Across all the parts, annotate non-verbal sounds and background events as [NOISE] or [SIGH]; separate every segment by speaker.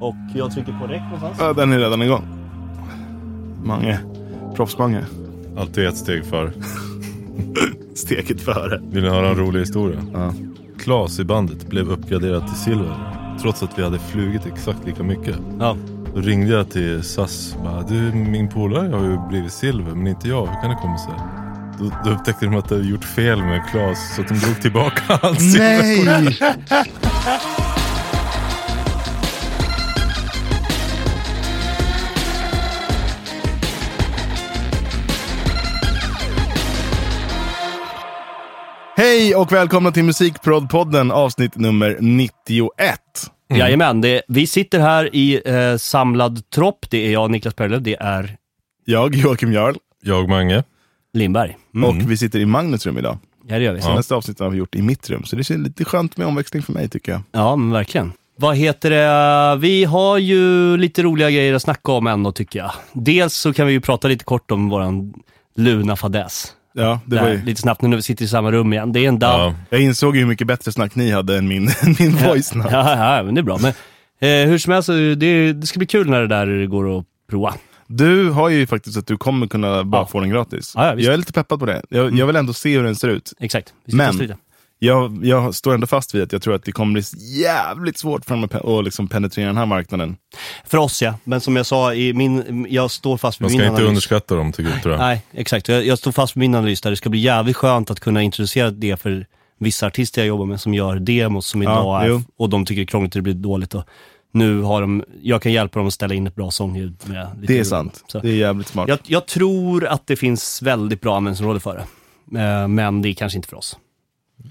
Speaker 1: Och jag trycker på räck någonstans.
Speaker 2: Ja, den är redan igång. Mange. Proffs-Mange.
Speaker 3: Alltid ett steg för.
Speaker 2: Steket före.
Speaker 3: Vill ni höra en rolig historia?
Speaker 2: Ja.
Speaker 3: Klas i bandet blev uppgraderad till silver. Trots att vi hade flugit exakt lika mycket.
Speaker 1: Ja. Mm.
Speaker 3: Då ringde jag till SAS. Bara, du, min polare har ju blivit silver, men inte jag. Hur kan det komma sig? Då, då upptäckte de att de hade gjort fel med Klas, så att de drog tillbaka [LAUGHS] hans silverkort.
Speaker 2: Nej! Hej och välkomna till Musikprodpodden avsnitt nummer 91.
Speaker 1: Jajamän, det, vi sitter här i eh, samlad tropp. Det är jag, Niklas Perlöv, det är
Speaker 2: Jag, Joakim Jarl,
Speaker 3: Jag, Mange.
Speaker 1: Lindberg.
Speaker 2: och vi sitter i Magnus rum idag.
Speaker 1: Ja, det gör vi. Ja,
Speaker 2: Senaste avsnittet har vi gjort i mitt rum, så det känns lite skönt med omväxling för mig tycker jag.
Speaker 1: men verkligen. Vad heter det? Vi har ju lite roliga grejer att snacka om ändå, tycker jag. Dels så kan vi ju prata lite kort om våran Luna fadäs.
Speaker 2: Ja, det var
Speaker 1: Där,
Speaker 2: ju...
Speaker 1: Lite snabbt nu när vi sitter i samma rum igen. Det är en dab.
Speaker 3: Ja.
Speaker 2: Jag insåg ju hur mycket bättre snack ni hade än min, [LAUGHS] än min voice now.
Speaker 1: Ja, ja, men det är bra. Men, eh, hur som helst, det, det ska bli kul när det där går att prova.
Speaker 2: Du har ju faktiskt att du kommer kunna bara
Speaker 1: Ja.
Speaker 2: få den gratis.
Speaker 1: Ja, ja, visst. Mm.
Speaker 2: jag är lite peppad på det. Jag, jag vill ändå se hur den ser ut.
Speaker 1: Exakt. Vi ska
Speaker 2: Men-
Speaker 1: testa lite.
Speaker 2: Jag, jag står ändå fast vid att jag tror att det kommer bli jävligt svårt för dem att pe- att liksom penetrera den här marknaden.
Speaker 1: För oss ja, men som jag sa, i min, jag står fast vid
Speaker 3: Man
Speaker 1: min
Speaker 3: ska
Speaker 1: analys.
Speaker 3: inte underskatta dem, tycker jag, tror jag.
Speaker 1: Nej, exakt. Jag, jag står fast vid min analys där. Det ska bli jävligt skönt att kunna introducera det för vissa artister jag jobbar med som gör demos som idag är,
Speaker 2: jo.
Speaker 1: och de tycker det är krångligt och det blir dåligt. Och nu har de, jag kan hjälpa dem att ställa in ett bra sångljud. Med lite
Speaker 2: Det är
Speaker 1: ljud.
Speaker 2: sant.
Speaker 1: Så.
Speaker 2: Det är jävligt smart.
Speaker 1: Jag, jag tror att det finns väldigt bra användningsområde för det. Eh, Men det är kanske inte för oss.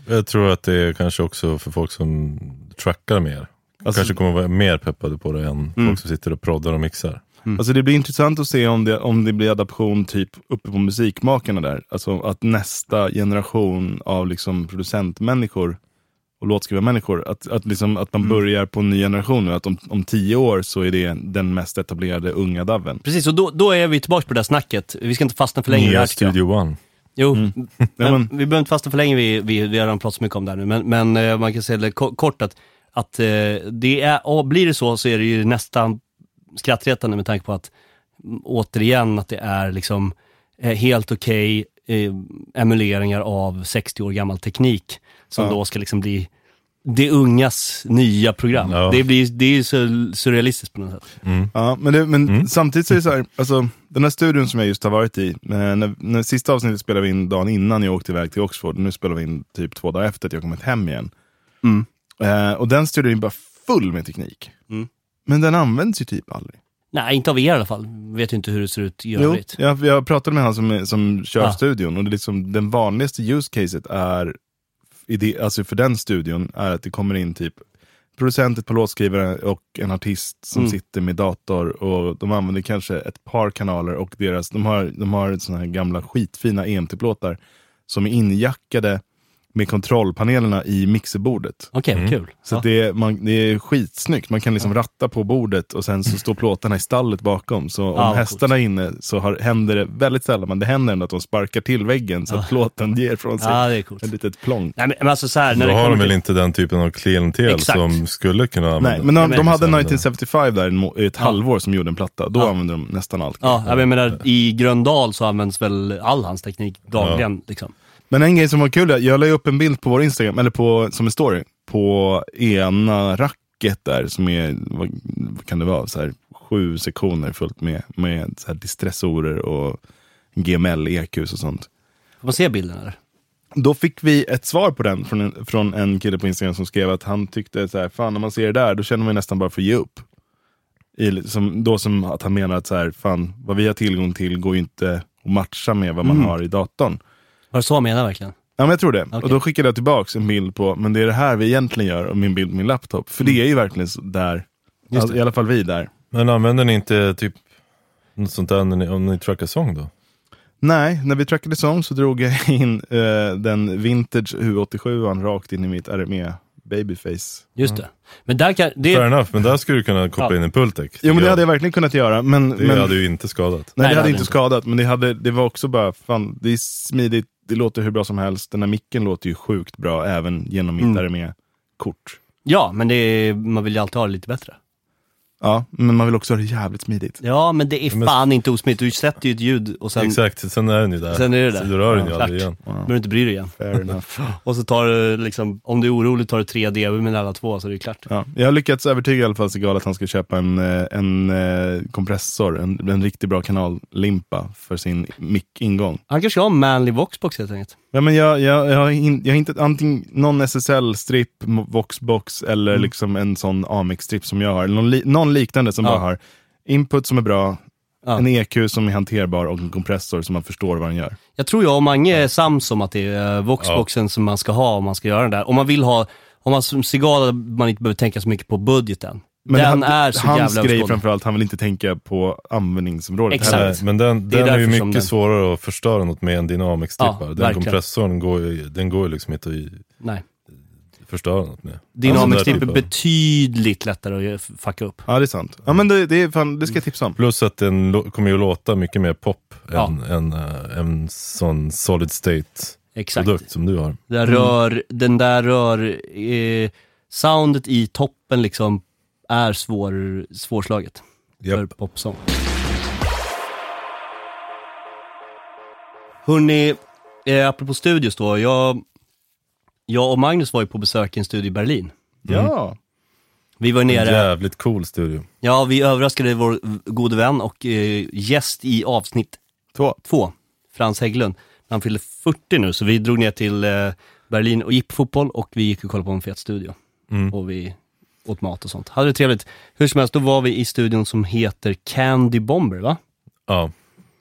Speaker 3: Jag tror att det är kanske också för folk som trackar mer.
Speaker 2: Alltså-
Speaker 3: kanske kommer vara mer peppade på det än folk som sitter och proddar och mixar.
Speaker 2: Alltså det blir intressant att se om det, om det blir adaption typ uppe på musikmakarna där. Alltså att nästa generation av liksom producentmänniskor och låtskrivarmänniskor, att, att, liksom, att man börjar på en ny generation nu. Att om, om tio år så är det den mest etablerade unga dabben.
Speaker 1: Precis, och då, då är vi tillbaka på det där snacket. Vi ska inte fastna för länge i det här,
Speaker 3: Nya
Speaker 1: tycker jag.
Speaker 3: Studio One.
Speaker 1: Jo,
Speaker 2: Mm.
Speaker 1: men,
Speaker 2: Ja, men-
Speaker 1: vi behöver inte fastna för länge, vi, vi, vi har redan pratat så mycket om det här nu. Men, men eh, man kan säga det ko- kort att, att eh, det är, och blir det så så är det ju nästan skrattretande med tanke på att mm, återigen att det är liksom eh, helt okej eh, emuleringar av 60 år gammal teknik som
Speaker 2: Ja.
Speaker 1: då ska liksom bli det ungas nya program.
Speaker 3: Ja.
Speaker 1: Det, blir, det är ju så surrealistiskt på något sätt.
Speaker 2: Ja, men, det, men samtidigt så är det så här, alltså, den här studion som jag just har varit i, eh, när, när sista avsnittet spelade vi in dagen innan jag åkte iväg till Oxford, nu spelar vi in typ två dagar efter att jag kommit hem igen. Eh, och den studion är bara full med teknik.
Speaker 1: Mm.
Speaker 2: Men den används ju typ aldrig.
Speaker 1: Nej, inte av er i alla fall. Vet ju inte hur det ser ut i
Speaker 2: Jo,
Speaker 1: övrigt.
Speaker 2: jag, jag pratade med han som, som kör
Speaker 1: Ah.
Speaker 2: studion och det är liksom, den vanligaste use caset är, i det, alltså för den studion, är att det kommer in typ producent, ett par låtskrivare och en artist som
Speaker 1: Mm.
Speaker 2: sitter med dator och de använder kanske ett par kanaler och deras, de har, de har såna här gamla skitfina EMT-plåtar som är injackade med kontrollpanelerna i mixerbordet.
Speaker 1: Okej, vad kul.
Speaker 2: Så
Speaker 1: Ja.
Speaker 2: att det, är, man, det är skitsnyggt. Man kan liksom ratta på bordet
Speaker 1: [CLEARS THROAT]
Speaker 2: och sen så står plåtarna i stallet bakom. Så om
Speaker 1: Ah, vad
Speaker 2: hästarna är inne så har, händer det väldigt sällan, men det händer ändå att de sparkar till väggen så att plåten ger från sig
Speaker 1: Ja, det är coolt.
Speaker 2: ett litet plonk.
Speaker 1: Nej men men alltså så här, när
Speaker 3: Då
Speaker 1: det
Speaker 3: har
Speaker 1: kommer
Speaker 3: de väl
Speaker 1: till-
Speaker 3: inte den typen av klientel
Speaker 1: Exakt.
Speaker 3: som skulle kunna använda
Speaker 2: Nej, men de, de hade
Speaker 3: men-
Speaker 2: 1975 där i en må- i ett halvår som gjorde en platta. Då använde de nästan allt.
Speaker 1: Ja, jag menar i Gröndal så används väl all hans teknik dagligen liksom.
Speaker 2: Men en grej som var kul, är- jag la ju upp en bild på vår Instagram, eller på, som en story, på ena racket där som är, vad, vad kan det vara, så här, sju sektioner fullt med, med så här distressorer och GML, EQs E och sånt.
Speaker 1: Får man se bilden eller?
Speaker 2: Då fick vi ett svar på den från en, från en kille på Instagram som skrev att han tyckte så här, fan när man ser det där då känner man ju nästan bara för att ge upp. I, som, då som att han menar att så här, fan vad vi har tillgång till går ju inte att matcha med vad man har i datorn.
Speaker 1: Var det så han menar verkligen?
Speaker 2: Ja, men jag tror det.
Speaker 1: Okej.
Speaker 2: Och då skickade jag tillbaks en bild på, men det är det här vi egentligen gör, och min bild på min laptop. För det är ju verkligen så där, alltså, i alla fall vi där.
Speaker 3: Men använder ni inte typ något sånt där när ni, om ni trackar sång då?
Speaker 2: Nej, när vi trackade sång så drog jag [LAUGHS] in eh, den vintage U87 rakt in i mitt RME babyface.
Speaker 1: Just det. Men där kan,
Speaker 3: Fair
Speaker 1: det,
Speaker 3: enough, men där skulle du kunna koppla
Speaker 1: Ja.
Speaker 3: in en pultec.
Speaker 2: Jo men det
Speaker 3: Ja,
Speaker 2: hade jag verkligen kunnat göra, men...
Speaker 3: det
Speaker 2: men
Speaker 3: hade ju inte skadat.
Speaker 2: Nej, det hade
Speaker 1: hade
Speaker 2: inte
Speaker 1: inte.
Speaker 2: skadat, men det, hade, det var också bara, fan, det är smidigt, det låter hur bra som helst, den här micken låter ju sjukt bra Mm. även genom mitt RME-kort.
Speaker 1: ja men det, är- man vill ju alltid ha det lite bättre.
Speaker 2: Ja, men man vill också ha det jävligt smidigt.
Speaker 1: Ja, men det är
Speaker 3: men-
Speaker 1: fan inte osmidigt. Du sätter ju ett ljud och sen
Speaker 3: Exakt, sen är den ju där.
Speaker 1: Sen är det där.
Speaker 3: Så du rör den ju
Speaker 1: Ja,
Speaker 3: aldrig
Speaker 1: klart.
Speaker 3: igen.
Speaker 1: behöver du inte bry dig igen.
Speaker 2: Fair enough.
Speaker 1: [LAUGHS] Och så tar du liksom, om du är orolig tar du 3D med alla två så är det klart.
Speaker 2: Ja, jag har lyckats övertyga i alla fall Segal att han ska köpa en, eh, en eh, kompressor, en, en riktigt bra kanallimpa för sin mic-ingång.
Speaker 1: Han kanske har en manly voxbox helt enkelt.
Speaker 2: Ja, men jag, jag, jag, har in, jag har inte antingen någon SSL-stripp, mo- Voxbox eller
Speaker 1: Mm.
Speaker 2: liksom en sån Amex-stripp som jag har. Eller Någon, li, någon liknande som
Speaker 1: Ja.
Speaker 2: bara har input som är bra,
Speaker 1: Ja.
Speaker 2: en EQ som är hanterbar och en kompressor som man förstår vad den gör.
Speaker 1: Jag tror jag och Mange är sams om att det är eh, voxboxen som man ska ha om man ska göra den där. Om man vill ha, om man som cigarr man inte behöver tänka så mycket på budgeten. den
Speaker 2: han-
Speaker 1: är så
Speaker 2: hans
Speaker 1: jävla
Speaker 2: grej
Speaker 1: överskådlig.
Speaker 2: framförallt, han vill inte tänka på användningsområdet.
Speaker 1: Exakt.
Speaker 2: heller.
Speaker 3: Nej, men den,
Speaker 1: Det är
Speaker 3: den är ju
Speaker 1: därför som
Speaker 3: mycket
Speaker 1: den-
Speaker 3: svårare att förstöra något med en dynamic-strippar.
Speaker 1: Ja,
Speaker 3: den
Speaker 1: verkligen.
Speaker 3: kompressorn går ju, den går ju liksom inte att i-
Speaker 1: Nej.
Speaker 3: förstöra något med.
Speaker 1: Dynamics
Speaker 3: Alltså,
Speaker 1: typ
Speaker 3: den
Speaker 1: är
Speaker 3: där typen.
Speaker 1: betydligt lättare att ge- fucka upp.
Speaker 2: Ja, det är sant. Ja, men det, det, är fan, det ska jag tipsa om.
Speaker 3: Plus att den lo- kommer ju låta mycket mer pop
Speaker 1: Ja.
Speaker 3: än, än eh, en sån solid state
Speaker 1: Exakt.
Speaker 3: produkt som du har.
Speaker 1: Det där rör, den där rör, eh, soundet i toppen liksom är svår, svårslaget för
Speaker 3: Japp.
Speaker 1: popsång. Hörrni, eh, apropå studios då. Jag, jag och Magnus var ju på besök i en studio i Berlin. Mm.
Speaker 2: Ja.
Speaker 1: Vi var nere,
Speaker 3: Jävligt cool studio.
Speaker 1: ja vi överraskade vår gode vän och eh, gäst i avsnitt
Speaker 2: Två.
Speaker 1: två, Frans Hägglund. Han fyllde 40 nu, så vi drog ner till eh, Berlin och gick på fotboll och vi gick och kollade på en fet studio. Och vi åt mat och sånt. Hade det trevligt. Hur som helst, då var vi i studion som heter Candy Bomber, va?
Speaker 3: Ja,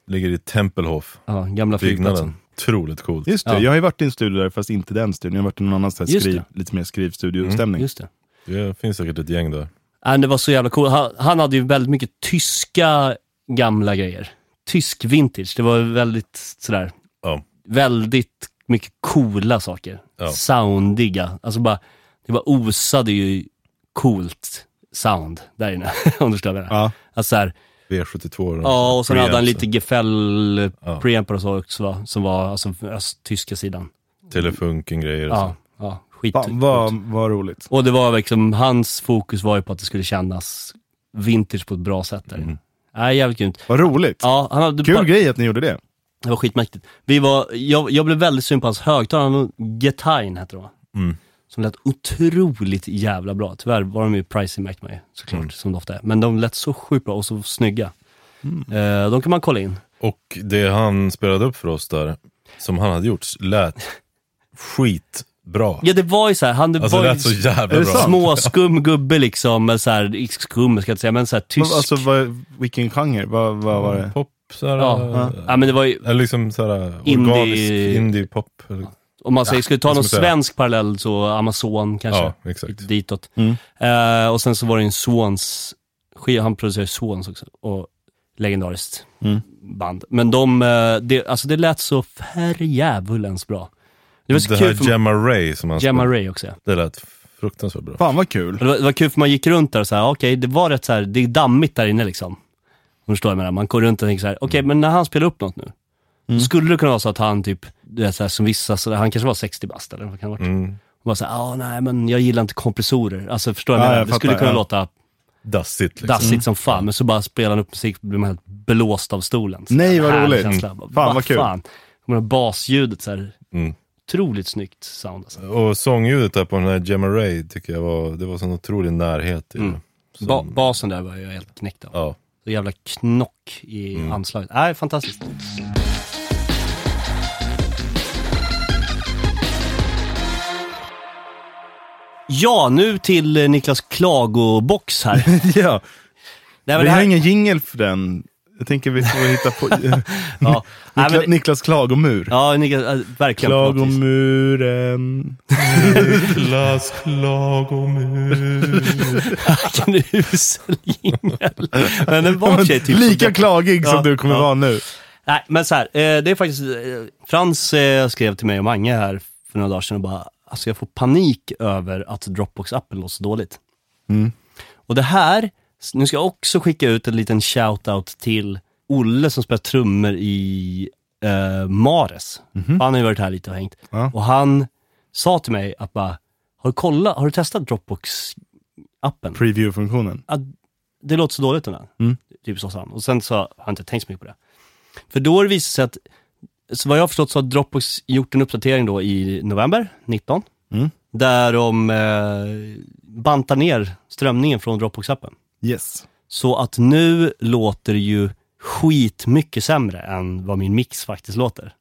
Speaker 3: ligger i Tempelhof,
Speaker 1: Ja, gamla
Speaker 3: byggnaden.
Speaker 1: flygplatsen.
Speaker 3: Otroligt coolt.
Speaker 2: Just det,
Speaker 1: Ja.
Speaker 2: jag har ju varit i en studio där, fast inte den studion. Jag har varit i någon annan sån här
Speaker 1: Just
Speaker 2: skriv,
Speaker 1: det.
Speaker 2: lite mer skrivstudiostämning.
Speaker 1: Just det.
Speaker 3: Det finns säkert ett gäng där.
Speaker 1: Nej, det var så jävla coolt. Han, han hade ju väldigt mycket tyska gamla grejer. Tysk vintage. Det var väldigt sådär,
Speaker 3: Ja.
Speaker 1: väldigt mycket coola saker.
Speaker 3: Ja.
Speaker 1: Soundiga. Alltså bara, det bara osade ju coolt sound där inne. [LAUGHS] om du förstår vad jag menar.
Speaker 2: Ja.
Speaker 1: Alltså så här,
Speaker 3: V72.
Speaker 1: ja, och sen hade han
Speaker 3: preamps,
Speaker 1: lite gefäll
Speaker 3: Ja.
Speaker 1: preampar och så också, va? som var alltså, öst, tyska sidan.
Speaker 3: Telefunken-grejer och
Speaker 1: Ja,
Speaker 3: så.
Speaker 1: ja, skit.
Speaker 2: Fan, vad, vad roligt.
Speaker 1: Och det var liksom, hans fokus var ju på att det skulle kännas vintage på ett bra sätt där. Mm. Nej, jävligt grymt.
Speaker 2: Vad roligt.
Speaker 1: Ja, han hade
Speaker 2: Kul
Speaker 1: bara-
Speaker 2: grej att ni gjorde det.
Speaker 1: Det var skitmäktigt. Vi var, jag, jag blev väldigt syn på hans högtalare, Han hade- Getain hette de va?
Speaker 3: Mm.
Speaker 1: Som lät otroligt jävla bra. Tyvärr var de ju pricey märkte man ju såklart,
Speaker 3: Mm.
Speaker 1: som det ofta är. Men de lät så sjukt bra och så snygga.
Speaker 3: Mm.
Speaker 1: Eh, de kan man kolla in.
Speaker 3: Och det han spelade upp för oss där, som han hade gjort, lät skitbra.
Speaker 1: Ja det var ju såhär, han det
Speaker 3: Alltså
Speaker 1: var
Speaker 3: det
Speaker 1: ju
Speaker 3: lät så jävla
Speaker 2: Är det
Speaker 3: bra.
Speaker 2: sant?
Speaker 1: små skum gubbe liksom, eller såhär, skum ska jag inte säga, men såhär tysk.
Speaker 2: Alltså, vad, vilken genre? Vad, vad var det?
Speaker 3: Pop, såhär,
Speaker 1: Ja.
Speaker 3: eh,
Speaker 1: ja men det var ju,
Speaker 3: Eller liksom såhär
Speaker 1: Indie-
Speaker 3: organisk indie-pop. eller-
Speaker 1: om man säger, skulle ta
Speaker 3: vad
Speaker 1: någon
Speaker 3: ska man säga?
Speaker 1: svensk parallell så Amazon kanske.
Speaker 3: Ja, exakt.
Speaker 1: ditåt.
Speaker 2: Mm.
Speaker 1: Eh, och sen så var det en Swans, skiva- han producerade Swans också, och legendariskt
Speaker 2: Mm.
Speaker 1: band. Men de, eh, det, alltså det lät så förjävulens bra. Det var så
Speaker 3: Det
Speaker 1: kul
Speaker 3: här
Speaker 1: för
Speaker 3: Gemma Ray som han
Speaker 1: Gemma
Speaker 3: spelade.
Speaker 1: Ray också. ja.
Speaker 3: Det lät fruktansvärt bra.
Speaker 2: Fan vad kul.
Speaker 1: Och Det var, det var kul för man gick runt där och så här, okej, det var rätt så här, det är dammigt där inne liksom. Om du förstår vad jag menar? Man går runt och tänker så här, okej, men när han spelar upp något nu, skulle det kunna vara så att han typ, du vet så här, som vissa, så där, han kanske var 60 bast eller vad kan det ha varit?
Speaker 3: Mm.
Speaker 1: Och bara så här, ah, nej men jag gillar inte kompressorer. Alltså förstår du vad
Speaker 2: Ja,
Speaker 1: jag menar?
Speaker 2: jag
Speaker 1: Det skulle
Speaker 2: fattar,
Speaker 1: kunna
Speaker 2: ja.
Speaker 1: låta
Speaker 3: Dassigt liksom.
Speaker 1: dassigt
Speaker 2: Mm.
Speaker 1: som fan, men så bara spelar han upp musik och blir man helt blåst av stolen. Så
Speaker 2: Nej, vad
Speaker 1: härlig
Speaker 2: roligt.
Speaker 1: känsla.
Speaker 2: Mm.
Speaker 1: Bara,
Speaker 2: Fan, vad kul.
Speaker 1: Fan. Och med basljudet så här,
Speaker 3: Mm.
Speaker 1: otroligt snyggt sound alltså.
Speaker 3: Och sångljudet där på den här Gemma Ray tycker jag var, det var sån otrolig närhet i det.
Speaker 1: Mm.
Speaker 3: Som-
Speaker 1: Ba- basen där var jag helt knäckt av.
Speaker 3: Ja.
Speaker 1: Så jävla knock i
Speaker 2: Mm.
Speaker 1: anslaget. Nej, fantastiskt. Ja, nu till eh, Niklas klagobox
Speaker 2: [LAUGHS]
Speaker 1: här. Nej,
Speaker 2: ja.
Speaker 1: men
Speaker 2: Vi
Speaker 1: det här-
Speaker 2: har ingen jingle för den. Jag tänker vi får
Speaker 1: [LAUGHS]
Speaker 2: hitta på... [LAUGHS]
Speaker 1: Ja, Nej,
Speaker 2: Nikla,
Speaker 1: men,
Speaker 2: Niklas klagomur.
Speaker 1: ja Niklas, eh, verkligen. förlåt.
Speaker 2: Klagomuren.
Speaker 3: Niklas klagomur.
Speaker 1: Vilken usel jingel. Men den var i och för sig typ
Speaker 2: Lika
Speaker 1: så-
Speaker 2: klagig
Speaker 1: Ja,
Speaker 2: som du kommer
Speaker 1: ja.
Speaker 2: vara nu.
Speaker 1: Nej, men så här, eh, det är faktiskt, eh, Frans eh, skrev till mig och Mange här för några dagar sedan och bara, alltså jag får panik över att Dropbox-appen låter så dåligt.
Speaker 2: Mm.
Speaker 1: Och det här, nu ska jag också skicka ut en liten shout-out till Olle som spelar trummor i eh, Mares. Han har ju varit här lite och hängt.
Speaker 2: Mhm. Ja.
Speaker 1: Och han sa till mig att bara, har du kollat, har du testat Dropbox-appen?
Speaker 2: Preview-funktionen.
Speaker 1: Ja, det låter så dåligt den här.
Speaker 2: Mm.
Speaker 1: Typ så sa han. Och sen så har jag inte tänkt så mycket på det. För då har det visat sig att, så vad jag har förstått så har Dropbox gjort en uppdatering då i november 19.
Speaker 2: Mm.
Speaker 1: Där de eh, bantar ner strömningen från Dropbox-appen.
Speaker 2: Yes.
Speaker 1: Så att nu låter det ju skitmycket sämre än vad min mix faktiskt låter.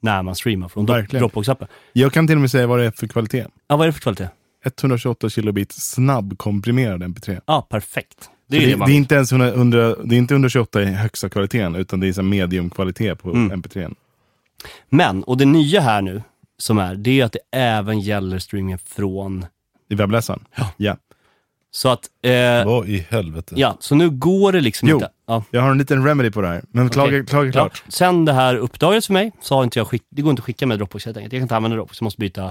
Speaker 1: När man streamar från Dro-
Speaker 2: Verkligen.
Speaker 1: Dropbox-appen.
Speaker 2: Jag kan till och med säga vad det är för kvalitet.
Speaker 1: Ja, vad är det för kvalitet?
Speaker 2: 128 kilobit snabbkomprimerad mp3.
Speaker 1: Ja, perfekt. Det
Speaker 2: Det
Speaker 1: är
Speaker 2: är,
Speaker 1: ju
Speaker 2: det,
Speaker 1: det man
Speaker 2: är inte ens 100, 100, det är inte 128 i högsta kvaliteten, utan det är så här mediumkvalitet på
Speaker 1: Mm.
Speaker 2: mp3.
Speaker 1: Men, och det nya här nu, som är, det är ju att det även gäller streamingen från...
Speaker 2: I webbläsaren.
Speaker 1: Ja.
Speaker 2: ja.
Speaker 1: Så att, eh,
Speaker 3: [LAUGHS] Vad i helvete?
Speaker 1: ja, så nu går det liksom
Speaker 2: Jo.
Speaker 1: inte. Ja,
Speaker 2: Jag har en liten remedy på det här, men klaga, klaga
Speaker 1: ja.
Speaker 2: klart.
Speaker 1: Sen det här uppdagades för mig, så har inte jag skick, det går inte att skicka med Dropbox helt enkelt. Jag kan inte använda Dropbox, jag måste byta.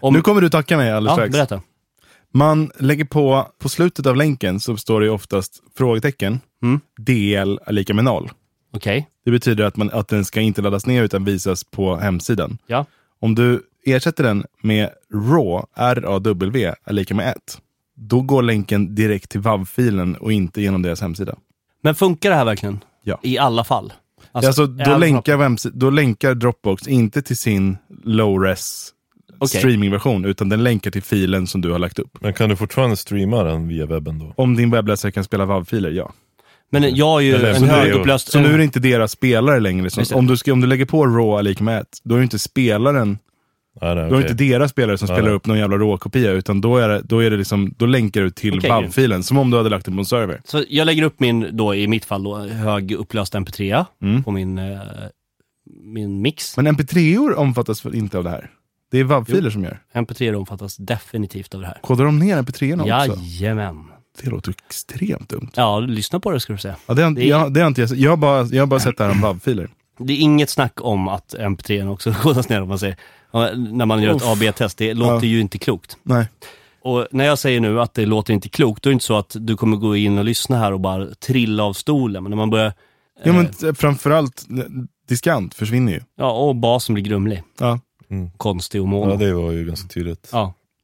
Speaker 1: Om-
Speaker 2: Nu kommer du tacka mig alldeles
Speaker 1: Ja,
Speaker 2: strax.
Speaker 1: berätta.
Speaker 2: Man lägger på, på slutet av länken så står det ju oftast frågetecken.
Speaker 1: Mm.
Speaker 2: DL är lika med noll.
Speaker 1: Okej,
Speaker 2: Det betyder att, man, att den ska inte laddas ner utan visas på hemsidan.
Speaker 1: ja.
Speaker 2: Om du ersätter den med RAW, R-A-W, är lika med 1. Då går länken direkt till WAV-filen och inte genom deras hemsida.
Speaker 1: Men funkar det här verkligen?
Speaker 2: Ja.
Speaker 1: I alla fall?
Speaker 2: Alltså, då,
Speaker 1: även-
Speaker 2: länkar hemsi- då länkar Dropbox inte till sin low-res
Speaker 1: Okej.
Speaker 2: streamingversion, utan den länkar till filen som du har lagt upp.
Speaker 3: Men kan du fortfarande streama den via webben då?
Speaker 2: Om din webbläsare kan spela WAV-filer, ja.
Speaker 1: Men jag är ju
Speaker 3: Eller- så
Speaker 1: en
Speaker 3: nu är jag-
Speaker 1: högupplöst...
Speaker 2: Så nu är det inte deras spelare längre.
Speaker 1: Mm. Just det.
Speaker 2: Som, om, du ska, om du lägger på RAW är lika med 1, då är det inte spelaren
Speaker 3: Nej, nej,
Speaker 2: Då är det
Speaker 3: okej.
Speaker 2: inte deras spelare som
Speaker 3: Nej,
Speaker 2: spelar
Speaker 3: nej.
Speaker 2: upp någon jävla råkopia, utan då, är det, då, är det liksom, då länkar du till
Speaker 1: Okej,
Speaker 2: WAV-filen, som om du hade lagt den på en server.
Speaker 1: Så jag lägger upp min, då i mitt fall då, högupplöst MP3
Speaker 2: Mm.
Speaker 1: på min, eh, min mix.
Speaker 2: Men mp3or omfattas väl inte av det här? Det är WAV-filer som gör.
Speaker 1: MP3 omfattas definitivt av det här.
Speaker 2: Kodar de ner mp3 orna också?
Speaker 1: Jajamän.
Speaker 2: Det låter extremt dumt.
Speaker 1: Ja, lyssna på det ska du säga.
Speaker 2: Ja, det, har-
Speaker 1: Det är-
Speaker 2: jag, det har inte jag, jag, har bara, jag har bara sett det här om WAV-filer.
Speaker 1: Det är inget snack om att MP3 också [LAUGHS] kodas ner om man säger. Ja, När man gör ett
Speaker 2: Uff.
Speaker 1: AB-test, det låter ju inte klokt.
Speaker 2: Nej.
Speaker 1: Och när jag säger nu att det låter inte klokt, då är det inte så att du kommer gå in och lyssna här och bara trilla av stolen. Men när man börjar,
Speaker 2: Ja, men t- framförallt, eh, diskant försvinner ju.
Speaker 1: ja, och basen blir grumlig,
Speaker 2: Ja.
Speaker 3: Mm.
Speaker 1: konstig och mono.
Speaker 3: Ja,
Speaker 1: Ja,
Speaker 3: det var ju ganska tydligt.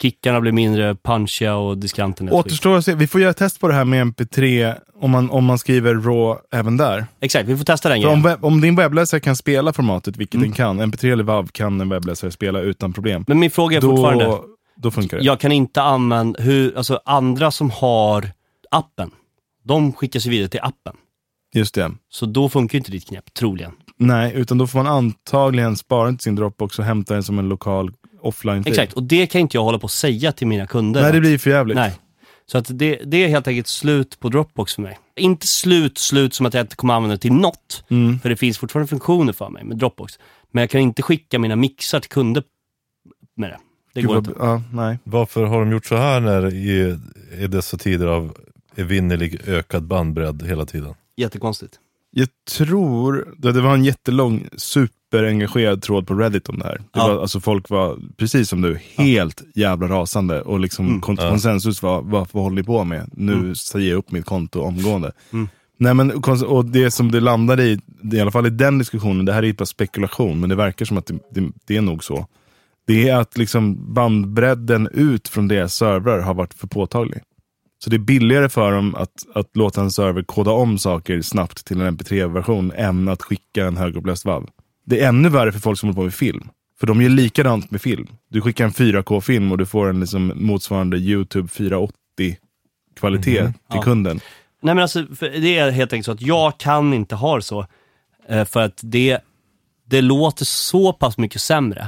Speaker 1: Kickarna blir mindre punchiga och diskanten är ett skit.
Speaker 2: Återstår att se, vi får göra ett test på det här med mp3, om man, om man skriver RAW även där.
Speaker 1: Exakt, vi får testa den
Speaker 2: För
Speaker 1: grejen.
Speaker 2: om, webb, om din webbläsare kan spela formatet, vilket den kan, mp3 eller WAV kan en webbläsare spela utan problem.
Speaker 1: Men min fråga är fortfarande,
Speaker 2: då, då funkar det.
Speaker 1: jag kan inte använda, hur, alltså andra som har appen, de skickas ju vidare till appen.
Speaker 2: Just det.
Speaker 1: Så då funkar ju inte ditt knep, troligen.
Speaker 2: Nej, utan då får man antagligen spara den till sin Dropbox och hämta den som en lokal offline-fil.
Speaker 1: Exakt, och det kan inte jag hålla på och säga till mina kunder.
Speaker 2: Nej, det blir för jävligt.
Speaker 1: Nej. Så att det, det är helt enkelt slut på Dropbox för mig. Inte slut, slut som att jag inte kommer använda det till något.
Speaker 2: Mm.
Speaker 1: För det finns fortfarande funktioner för mig med Dropbox. Men jag kan inte skicka mina mixar till kunder med det. Det
Speaker 2: Gud,
Speaker 1: går
Speaker 2: vad-
Speaker 1: inte.
Speaker 2: Ja, nej.
Speaker 3: Varför har de gjort så här när i, i dessa tider av evinnerlig ökad bandbredd hela tiden?
Speaker 1: Jättekonstigt.
Speaker 2: Jag tror, det det var en jättelång, superengagerad tråd på Reddit om det här. Det
Speaker 1: Ja.
Speaker 2: var, alltså, folk var, precis som du, helt jävla rasande. Och liksom kon- konsensus var, vad vad håller ni på med? Nu säger jag upp mitt konto omgående. Nej, men, kons- och det som det landade i, i alla fall i den diskussionen, det här är ju bara spekulation, men det verkar som att det, det, det är nog så. Det är att liksom bandbredden ut från deras servrar har varit för påtaglig. Så det är billigare för dem att, att låta en server koda om saker snabbt till en mp3-version än att skicka en högupplöst WAV. Det är ännu värre för folk som håller på med film. För de gör likadant med film. Du skickar en 4K-film och du får en liksom motsvarande YouTube 480-kvalitet till
Speaker 1: Mhm. Ja.
Speaker 2: kunden.
Speaker 1: Nej men alltså, för det är helt enkelt så att jag kan inte ha det så. eh, För att det, det låter så pass mycket sämre.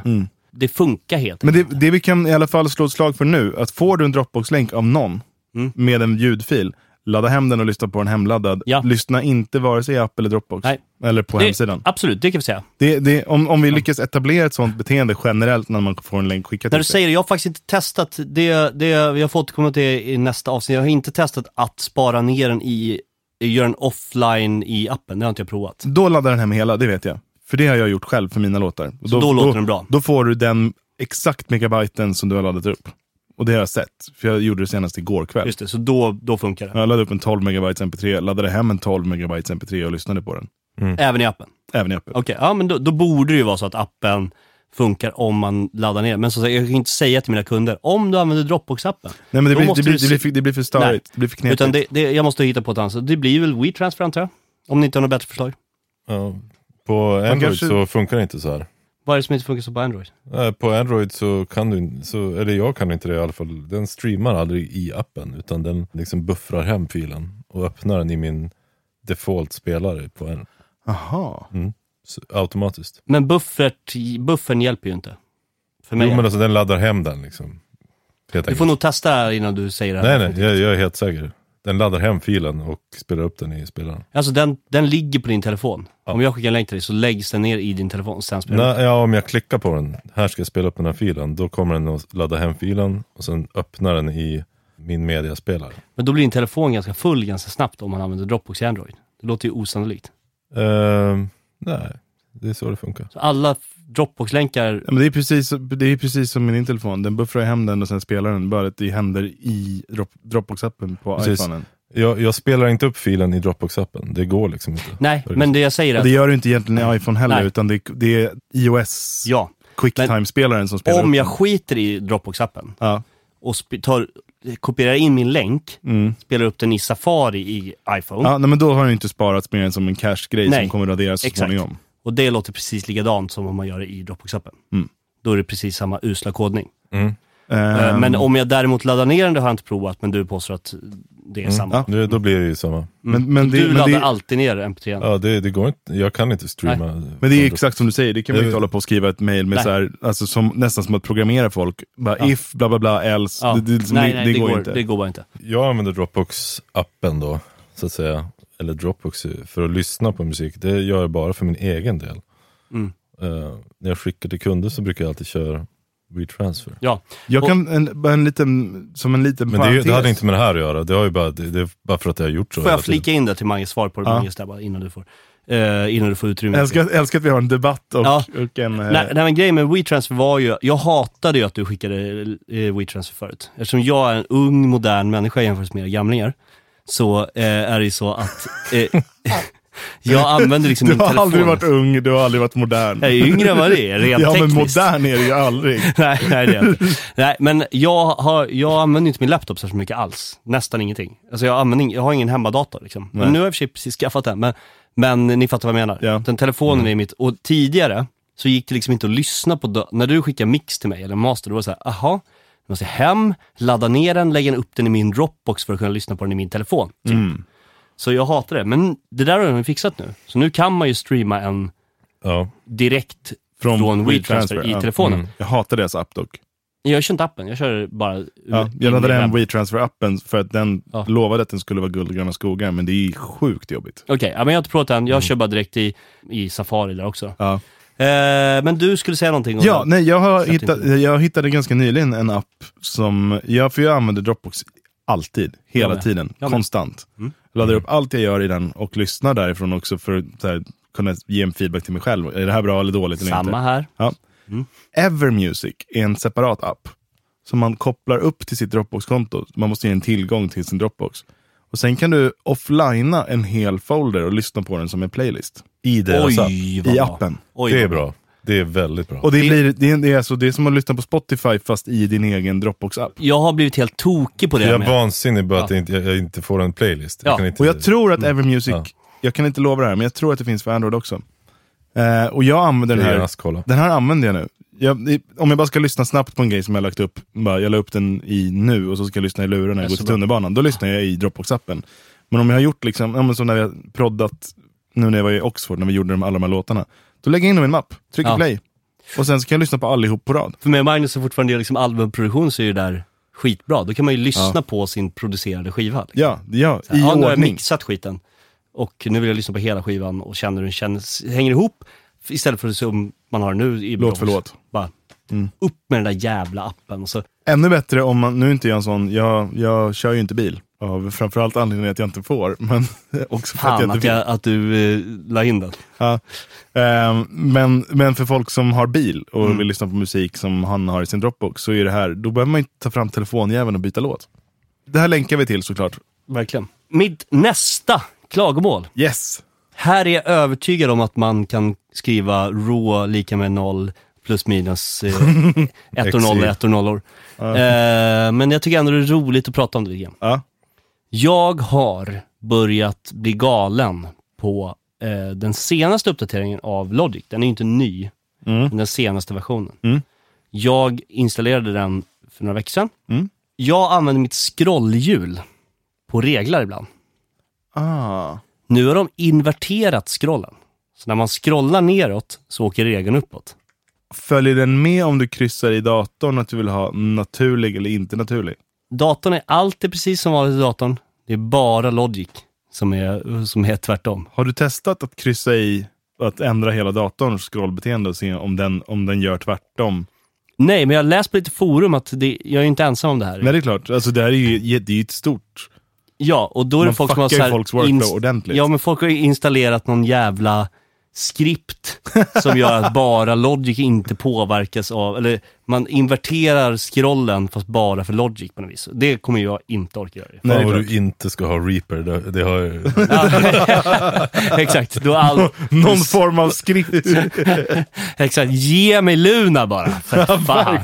Speaker 1: Det funkar helt
Speaker 2: Mm. Men
Speaker 1: enkelt.
Speaker 2: det, det vi kan i alla fall slå ett slag för nu, att får du en Dropbox-länk av någon
Speaker 1: Mm.
Speaker 2: med en ljudfil, ladda hem den och lyssna på den hemladdad.
Speaker 1: Ja.
Speaker 2: Lyssna inte vare sig i app eller Dropbox.
Speaker 1: Nej.
Speaker 2: Eller på hemsidan.
Speaker 1: Absolut, det kan vi säga.
Speaker 2: Det, det, om, om vi lyckas etablera ett sånt beteende generellt när man får en länk skickad
Speaker 1: När
Speaker 2: till
Speaker 1: du
Speaker 2: sig.
Speaker 1: säger det, jag har faktiskt inte testat det, det jag får återkomma till i nästa avsnitt. Jag har inte testat att spara ner den i, göra den offline i appen. Det har inte jag provat.
Speaker 2: Då laddar den hem hela, det vet jag. För det har jag gjort själv för mina låtar. Och
Speaker 1: Så då låter den bra.
Speaker 2: Då får du den exakt megabyten som du har laddat upp. Och det har jag sett, för jag gjorde det senast igår kväll.
Speaker 1: Just det, så då, då funkar det.
Speaker 2: Jag laddade upp en 12 megabytes mp3, laddade hem en 12 megabytes mp3 och lyssnade på den.
Speaker 1: Även i appen.
Speaker 2: Även i appen.
Speaker 1: Okej, ja men då, då borde det ju vara så att appen funkar om man laddar ner. Men som sagt, jag kan inte säga till mina kunder, om du använder Dropbox-appen.
Speaker 2: Nej men det
Speaker 1: då
Speaker 2: blir,
Speaker 1: måste
Speaker 2: det
Speaker 1: du
Speaker 2: blir, det
Speaker 1: se-
Speaker 2: blir, för, det blir för
Speaker 1: Nej.
Speaker 2: störigt. Det blir för knepigt.
Speaker 1: Utan det, det, jag måste hitta på ett annat sätt. Det blir väl WeTransfer antar jag? Om ni inte har något bättre förslag.
Speaker 3: Ja. På Android
Speaker 2: kanske-
Speaker 3: så funkar det inte så här.
Speaker 1: Vad är det som inte funkar så på Android?
Speaker 3: Nej, Eh, På Android så kan du in- så, eller jag kan inte det i alla fall. Den streamar aldrig i appen utan den liksom buffrar hem filen och öppnar den i min default-spelare på en,
Speaker 2: Jaha.
Speaker 1: Mm.
Speaker 3: så, automatiskt.
Speaker 1: Men buffert, buffern hjälper ju inte. För mig.
Speaker 3: Jo men alltså den laddar hem den liksom. Helt
Speaker 1: du får
Speaker 3: enkelt.
Speaker 1: nog testa innan du säger det här.
Speaker 3: Nej nej, jag, jag är helt säker. Den laddar hem filen och spelar upp den i spelaren.
Speaker 1: Alltså den, den ligger på din telefon. Om jag skickar en länk till dig så läggs den ner i din telefon och sen spelar du.
Speaker 3: Nej, ja, om jag klickar på den, här ska jag spela upp den här filen, då kommer den att ladda hem filen och sen öppnar den i min mediaspelare.
Speaker 1: Men då blir din telefon ganska full ganska snabbt om man använder Dropbox i Android. Det låter ju osannolikt.
Speaker 3: Ehm, nej, det är så det funkar.
Speaker 1: Så alla f- Dropbox-länkar,
Speaker 2: Ja, men det, är precis, det är precis som med din telefon. Den buffrar hem den och sen spelar den. Bara att det händer i drop, Dropbox-appen på
Speaker 3: Precis.
Speaker 2: iPhonen.
Speaker 3: Jag, jag spelar inte upp filen i Dropbox-appen, det går liksom inte.
Speaker 1: nej, men det jag säger är
Speaker 2: Och
Speaker 1: att,
Speaker 2: det gör du inte egentligen i iPhone heller,
Speaker 1: Nej.
Speaker 2: utan det, det är iOS
Speaker 1: ja,
Speaker 2: Quicktime-spelaren som spelar
Speaker 1: om
Speaker 2: upp
Speaker 1: jag
Speaker 2: den.
Speaker 1: skiter i Dropbox-appen
Speaker 2: Ja.
Speaker 1: och sp- tar, kopierar in min länk,
Speaker 2: Mm.
Speaker 1: spelar upp den i Safari i iPhone.
Speaker 2: Ja, nej, men då har den inte sparats mer än som en cache-grej
Speaker 1: Nej.
Speaker 2: som kommer raderas så
Speaker 1: Exakt.
Speaker 2: småningom.
Speaker 1: Och det låter precis likadant som om man gör det i Dropbox-appen.
Speaker 2: Mm.
Speaker 1: Då är det precis samma usla kodning. Eh,
Speaker 2: Ehm,
Speaker 1: Men om jag däremot laddar ner den, det har jag inte provat, men du påstår att det är samma.
Speaker 2: Mm. Ja.
Speaker 3: Det, då blir det ju samma.
Speaker 2: men, men, det,
Speaker 1: du
Speaker 2: men,
Speaker 1: laddar
Speaker 2: det,
Speaker 1: alltid ner MP3.
Speaker 3: Ja, det, det går inte, jag kan inte streama.
Speaker 2: men det är
Speaker 3: från
Speaker 2: exakt som du säger, det kan man ju
Speaker 3: Det-
Speaker 2: inte hålla på och skriva ett mail med
Speaker 1: Mm. Nej.
Speaker 2: så här, alltså som, nästan som att programmera folk. Bara
Speaker 1: Ja.
Speaker 2: if, bla bla bla, else.
Speaker 1: Ja.
Speaker 2: Det, det, liksom,
Speaker 1: nej,
Speaker 2: det,
Speaker 1: nej,
Speaker 2: det, går inte.
Speaker 1: Det går bara inte.
Speaker 3: Jag använder Dropbox-appen då, så att säga. Eller Dropbox, för att lyssna på musik. Det gör jag bara för min egen del.
Speaker 1: Mm.
Speaker 3: Eh, när jag skickar till kunder så brukar jag alltid köra WeTransfer.
Speaker 1: Ja,
Speaker 2: Jag kan, en, bara en liten, som en liten
Speaker 3: Men det, är ju- det
Speaker 2: parentes.
Speaker 3: hade inte med det här att göra. Det, har ju bara, det, det är bara för att jag har gjort så
Speaker 1: får
Speaker 3: hela
Speaker 1: jag
Speaker 3: tiden.
Speaker 1: flika in det till Manges svar på det,
Speaker 2: Ja.
Speaker 1: Manges, där bara, innan du får, eh, innan du får utrymme.
Speaker 2: Jag älskar, jag älskar att vi har en debatt och,
Speaker 1: Ja.
Speaker 2: och en... eh,
Speaker 1: Nej, nej men grejen med WeTransfer var ju, jag hatade ju att du skickade eh, WeTransfer förut. Eftersom jag är en ung, modern människa jämfört med era gamlingar, så eh, är det ju så att
Speaker 2: [LAUGHS]
Speaker 1: eh, [LAUGHS] jag använder liksom
Speaker 2: Du
Speaker 1: min
Speaker 2: har
Speaker 1: telefon.
Speaker 2: aldrig varit ung, du har aldrig varit modern.
Speaker 1: Jag är yngre än vad det är, rent
Speaker 2: ja, men
Speaker 1: tekniskt.
Speaker 2: modern är du ju aldrig.
Speaker 1: [LAUGHS] Nej, nej det är jag inte. Nej, men jag, har, jag använder inte min laptop särskilt mycket alls. Nästan ingenting. Alltså jag, använder, ing- jag har ingen hemmadator liksom. Men
Speaker 2: Nej.
Speaker 1: nu har jag i och för sig precis skaffat den. Men, men ni fattar vad jag menar.
Speaker 2: Ja. Mm.
Speaker 1: Den telefonen är mitt, och tidigare så gick det liksom inte att lyssna på, da- när du skickade mix till mig eller master, då var det såhär, aha, jag måste hem, ladda ner den, lägga upp den i min Dropbox för att kunna lyssna på den i min telefon. Typ.
Speaker 2: Mm.
Speaker 1: Så jag hatar det. Men det där har de fixat nu. Så nu kan man ju streama en
Speaker 3: Ja.
Speaker 1: direkt från,
Speaker 2: Från
Speaker 1: WeTransfer,
Speaker 2: WeTransfer,
Speaker 1: i
Speaker 2: ja. Mm.
Speaker 1: telefonen.
Speaker 2: Jag hatar deras app dock.
Speaker 1: Jag kör inte appen, jag kör bara...
Speaker 2: Ja, jag laddade hem WeTransfer-appen för att den
Speaker 1: Ja.
Speaker 2: lovade att den skulle vara guld och gröna skogar, men det är sjukt jobbigt.
Speaker 1: Okej, ja, men jag har inte provat den.
Speaker 2: Mm.
Speaker 1: Jag kör bara direkt i, i Safari där också.
Speaker 2: Ja,
Speaker 1: Eh, men du skulle säga någonting om
Speaker 2: ja
Speaker 1: det.
Speaker 2: nej, jag, har
Speaker 1: Släppte
Speaker 2: hittat,
Speaker 1: inte.
Speaker 2: jag hittade ganska nyligen en app som, ja, för jag använder Dropbox alltid, hela
Speaker 1: Jag med.
Speaker 2: tiden,
Speaker 1: Jag med. Mm.
Speaker 2: konstant. Jag laddar upp allt jag gör i den och lyssnar därifrån också för att så här, kunna ge en feedback till mig själv. Är det här bra eller dåligt? Eller inte?
Speaker 1: Samma här.
Speaker 2: Ja.
Speaker 3: Mm.
Speaker 2: Evermusic är en separat app som man kopplar upp till sitt Dropbox-konto. Man måste ge en tillgång till sin Dropbox. Och Sen kan du offlina en hel folder och lyssna på den som en playlist.
Speaker 3: I deras app.
Speaker 1: Oj, vad
Speaker 2: I
Speaker 1: bra.
Speaker 2: appen.
Speaker 1: Oj,
Speaker 3: Det är
Speaker 1: vad
Speaker 3: bra. Det är väldigt bra.
Speaker 2: Och det, blir, det, är, det, är alltså, det är som att lyssna på Spotify fast i din egen Dropbox-app.
Speaker 1: Jag har blivit helt tokig på det.
Speaker 3: jag är
Speaker 1: med.
Speaker 3: vansinnig bara att jag inte, jag inte får en playlist.
Speaker 1: Ja.
Speaker 3: Jag kan inte,
Speaker 2: Och jag tror att Evermusic,
Speaker 3: Mm. Ja.
Speaker 2: jag kan inte lova det här, men jag tror att det finns för Android också. Eh, och jag använder den
Speaker 3: jag
Speaker 2: här
Speaker 3: gärna kolla.
Speaker 2: Den här använder jag nu. Jag, i- om jag bara ska lyssna snabbt på en grej som jag lagt upp, bara, jag la upp den i nu och så ska jag lyssna i luren
Speaker 1: Det
Speaker 2: när jag går
Speaker 1: är så
Speaker 2: till
Speaker 1: bra.
Speaker 2: tunnelbanan, då lyssnar jag i Dropbox-appen. Men om jag har gjort, liksom, ja, men som när vi har proddat, nu när jag var i Oxford, när vi gjorde de, alla de här låtarna, då lägger jag in dem i en mapp, trycker
Speaker 1: Ja.
Speaker 2: play. Och sen så kan jag lyssna på allihop på rad.
Speaker 1: För mig och Magnus är fortfarande liksom albumproduktion så är ju det där skitbra. Då kan man ju lyssna på sin producerade skiva. Liksom.
Speaker 2: Ja, ja
Speaker 1: I ja,
Speaker 2: i
Speaker 1: nu har jag
Speaker 2: ordning.
Speaker 1: mixat skiten. Och nu vill jag lyssna på hela skivan och känner hur den känns, hänger ihop. Istället för som man har nu i
Speaker 2: Låt för
Speaker 1: Bronx.
Speaker 2: låt. Mm.
Speaker 1: Bara, upp med den där jävla appen. Och så,
Speaker 2: Ännu bättre om man, nu är inte jag en sån, jag, jag kör ju inte bil. Av framförallt anledningen att jag inte får, men [LAUGHS] också för att
Speaker 1: Fan
Speaker 2: jag inte
Speaker 1: att,
Speaker 2: vill.
Speaker 1: jag, att du eh, la in den.
Speaker 2: Ja. Ehm, men, men för folk som har bil och
Speaker 1: Mm.
Speaker 2: vill lyssna på musik som han har i sin Dropbox, så är det här, då behöver man inte ta fram telefonjäveln och byta låt. Det här länkar vi till såklart.
Speaker 1: Verkligen. Mitt nästa klagomål.
Speaker 2: Yes!
Speaker 1: Här är jag övertygad om att man kan skriva rå lika med noll plus minus
Speaker 2: [LAUGHS]
Speaker 1: eh, ettor, nollor, ettor, nollor. Eh, men jag tycker ändå det är roligt att prata om det igen.
Speaker 2: Ja.
Speaker 1: Jag har börjat bli galen på eh, den senaste uppdateringen av Logic. Den är ju inte ny, men den senaste versionen.
Speaker 2: Mm.
Speaker 1: Jag installerade den för några veckor sedan.
Speaker 2: Mm.
Speaker 1: Jag använder mitt scrollhjul på reglar ibland.
Speaker 2: Ah.
Speaker 1: Nu har de inverterat scrollen. Så när man scrollar neråt så åker regeln uppåt.
Speaker 2: Följer den med om du kryssar i datorn att du vill ha naturlig eller inte naturlig?
Speaker 1: Datorn är alltid precis som vanligt i datorn. Det är bara Logic som är, som är tvärtom.
Speaker 2: Har du testat att kryssa i, att ändra hela datorns scrollbeteende och se om den, om den gör tvärtom?
Speaker 1: Nej, men jag har läst på lite forum att det, jag är ju inte ensam om det här.
Speaker 2: Nej, det är klart. Alltså, det här är ju det är ju ett stort... [LAUGHS]
Speaker 1: ja, och då är det
Speaker 2: Man
Speaker 1: folk som har
Speaker 2: fuckar
Speaker 1: så här
Speaker 2: ju folks workflow
Speaker 1: inst-
Speaker 2: ordentligt.
Speaker 1: Ja, men folk har ju installerat någon jävla
Speaker 2: [LAUGHS]
Speaker 1: skript som gör att bara Logic inte påverkas av, eller man inverterar scrollen fast bara för Logic på något vis. Det kommer jag inte orka göra.
Speaker 3: Fan
Speaker 2: Nej, det
Speaker 3: vad
Speaker 2: är
Speaker 3: du inte ska ha Reaper. Det, det har,
Speaker 1: Ja, [LAUGHS] exakt, då
Speaker 2: [LAUGHS]
Speaker 1: all,
Speaker 2: Någon form
Speaker 1: [LAUGHS]
Speaker 2: av skript.
Speaker 1: exakt, ge mig Luna bara. För fan.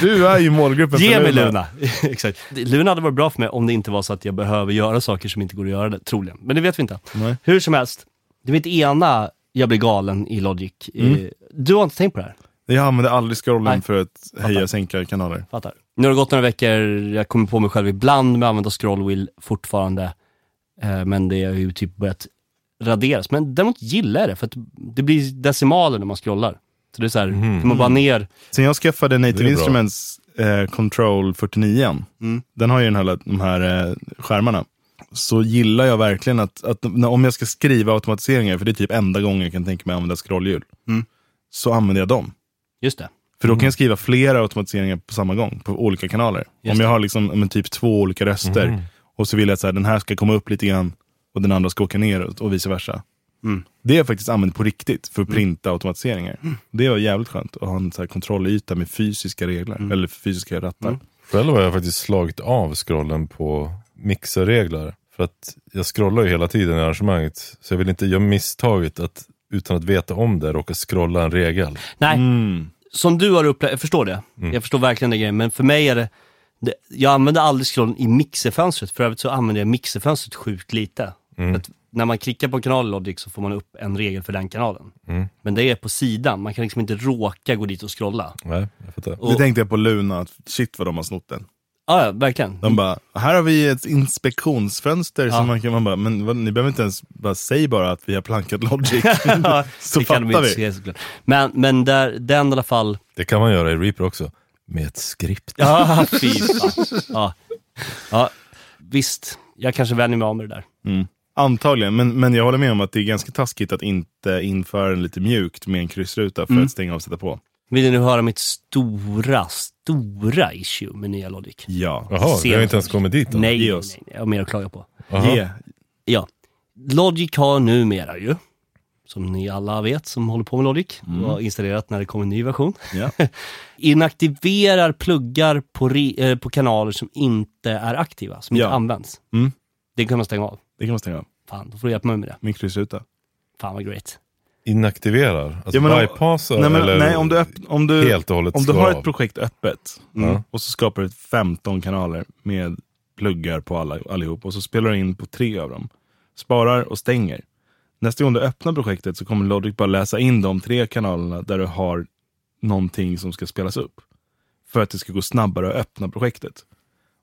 Speaker 2: Du är ju målgruppen
Speaker 1: Ge
Speaker 2: för
Speaker 1: mig
Speaker 2: [LAUGHS]
Speaker 1: Luna. exakt. Luna hade varit bra för mig om det inte var så att jag behöver göra saker som inte går att göra det, troligen. Men det vet vi inte.
Speaker 2: Nej.
Speaker 1: Hur som helst, det är mitt ena jag blir galen i Logic.
Speaker 2: Mm.
Speaker 1: Eh, Du har inte tänkt på det här?
Speaker 2: Jag använder aldrig scrollen
Speaker 1: Nej.
Speaker 2: för att höja sänka kanaler.
Speaker 1: Fattar. Nu har det gått några veckor, jag kommer på mig själv ibland med att använda scrollwheel fortfarande. Eh, men det har ju typ börjat raderas. Men däremot gillar jag det, för att det blir decimaler när man scrollar. Så det är såhär,
Speaker 2: Mm.
Speaker 1: man bara ner,
Speaker 2: Sen jag skaffade
Speaker 3: Det
Speaker 2: Native
Speaker 3: är
Speaker 2: Instruments eh, Control 49, den har ju den här, de här eh, skärmarna. Så gillar jag verkligen att, att när, om jag ska skriva automatiseringar, för det är typ enda gången jag kan tänka mig att använda scrollhjul, så använder jag dem.
Speaker 1: just det.
Speaker 2: För då kan jag skriva flera automatiseringar på samma gång, på olika kanaler. om jag har liksom, ja, men typ två olika röster
Speaker 1: Mm.
Speaker 2: och så vill jag att så här, den här ska komma upp lite grann och den andra ska åka neråt och vice versa. Det har jag faktiskt använt på riktigt för att printa automatiseringar. Det var jävligt skönt att ha en så här kontrollyta med fysiska regler, eller fysiska rattar.
Speaker 3: själv har jag faktiskt slagit av scrollen på mixerregler. För att jag scrollar ju hela tiden i arrangemanget. Så jag vill inte göra misstaget att utan att veta om det råka scrolla en regel.
Speaker 1: Nej,
Speaker 2: Mm.
Speaker 1: som du har upplevt, jag förstår det. Jag förstår verkligen den grejen, men för mig är det, det jag använder aldrig scrollen i mixerfönstret, för övrigt så använder jag mixerfönstret sjukt lite.
Speaker 2: Mm.
Speaker 1: För att när man klickar på en kanal i Logic så får man upp en regel för den kanalen.
Speaker 2: Mm.
Speaker 1: Men det är på sidan, man kan liksom inte råka gå dit och scrolla.
Speaker 3: Nej, jag fattar.
Speaker 1: Och-
Speaker 2: Det tänkte jag på Luna, att shit vad de har snott den.
Speaker 1: Ja, ja, verkligen.
Speaker 2: De bara, här har vi ett inspektionsfönster. Som man, kan, man bara, men vad, ni behöver inte ens, bara, säg bara att vi har plankat
Speaker 1: [LAUGHS]
Speaker 2: Logic. [LAUGHS] så
Speaker 1: Det kan de
Speaker 2: fattar
Speaker 1: inte
Speaker 2: vi.
Speaker 1: se såklart. Men, men där, den i alla fall,
Speaker 3: Det kan man göra i Reaper också. Med ett skript.
Speaker 1: ja [LAUGHS] fy fan. Ja. Ja, visst, jag kanske vänjer mig av med det där.
Speaker 2: Antagligen, men, men jag håller med om att det är ganska taskigt att inte införa den lite mjukt med en kryssruta för
Speaker 3: Mm.
Speaker 2: att stänga av och sätta på.
Speaker 1: Vill ni nu höra mitt stora, stora issue med nya Logic?
Speaker 2: Ja.
Speaker 3: Jaha, vi har
Speaker 1: Senast.
Speaker 3: inte ens kommit dit än.
Speaker 1: Nej,
Speaker 2: ge
Speaker 1: nej,
Speaker 2: oss.
Speaker 1: nej, jag har mer att klaga på.
Speaker 3: Jaha.
Speaker 2: Ge.
Speaker 1: Ja. Logic har numera ju, som ni alla vet som håller på med Logic,
Speaker 2: Mm.
Speaker 1: och har installerat när det kommer en ny version,
Speaker 2: Ja.
Speaker 1: inaktiverar pluggar på, re, eh, på kanaler som inte är aktiva, som
Speaker 2: Ja.
Speaker 1: inte används.
Speaker 2: Mm.
Speaker 1: Det kan man stänga av.
Speaker 2: Det kan man stänga av.
Speaker 1: Fan, då får du hjälpa mig med det.
Speaker 2: Min kryssruta.
Speaker 1: Fan vad great.
Speaker 3: Inaktiverar? Alltså
Speaker 2: Ja, men om-
Speaker 3: bypassar?
Speaker 2: nej, men,
Speaker 3: eller
Speaker 2: nej, om du, öpp- om du,
Speaker 3: helt och hållet
Speaker 2: om du
Speaker 3: slår
Speaker 2: har
Speaker 3: av?
Speaker 2: ett projekt öppet
Speaker 3: Ja.
Speaker 2: och så skapar du 15 kanaler med pluggar på alla, allihop och så spelar du in på tre av dem. Sparar och stänger. Nästa gång du öppnar projektet så kommer Logic bara läsa in de tre kanalerna där du har någonting som ska spelas upp. För att det ska gå snabbare att öppna projektet.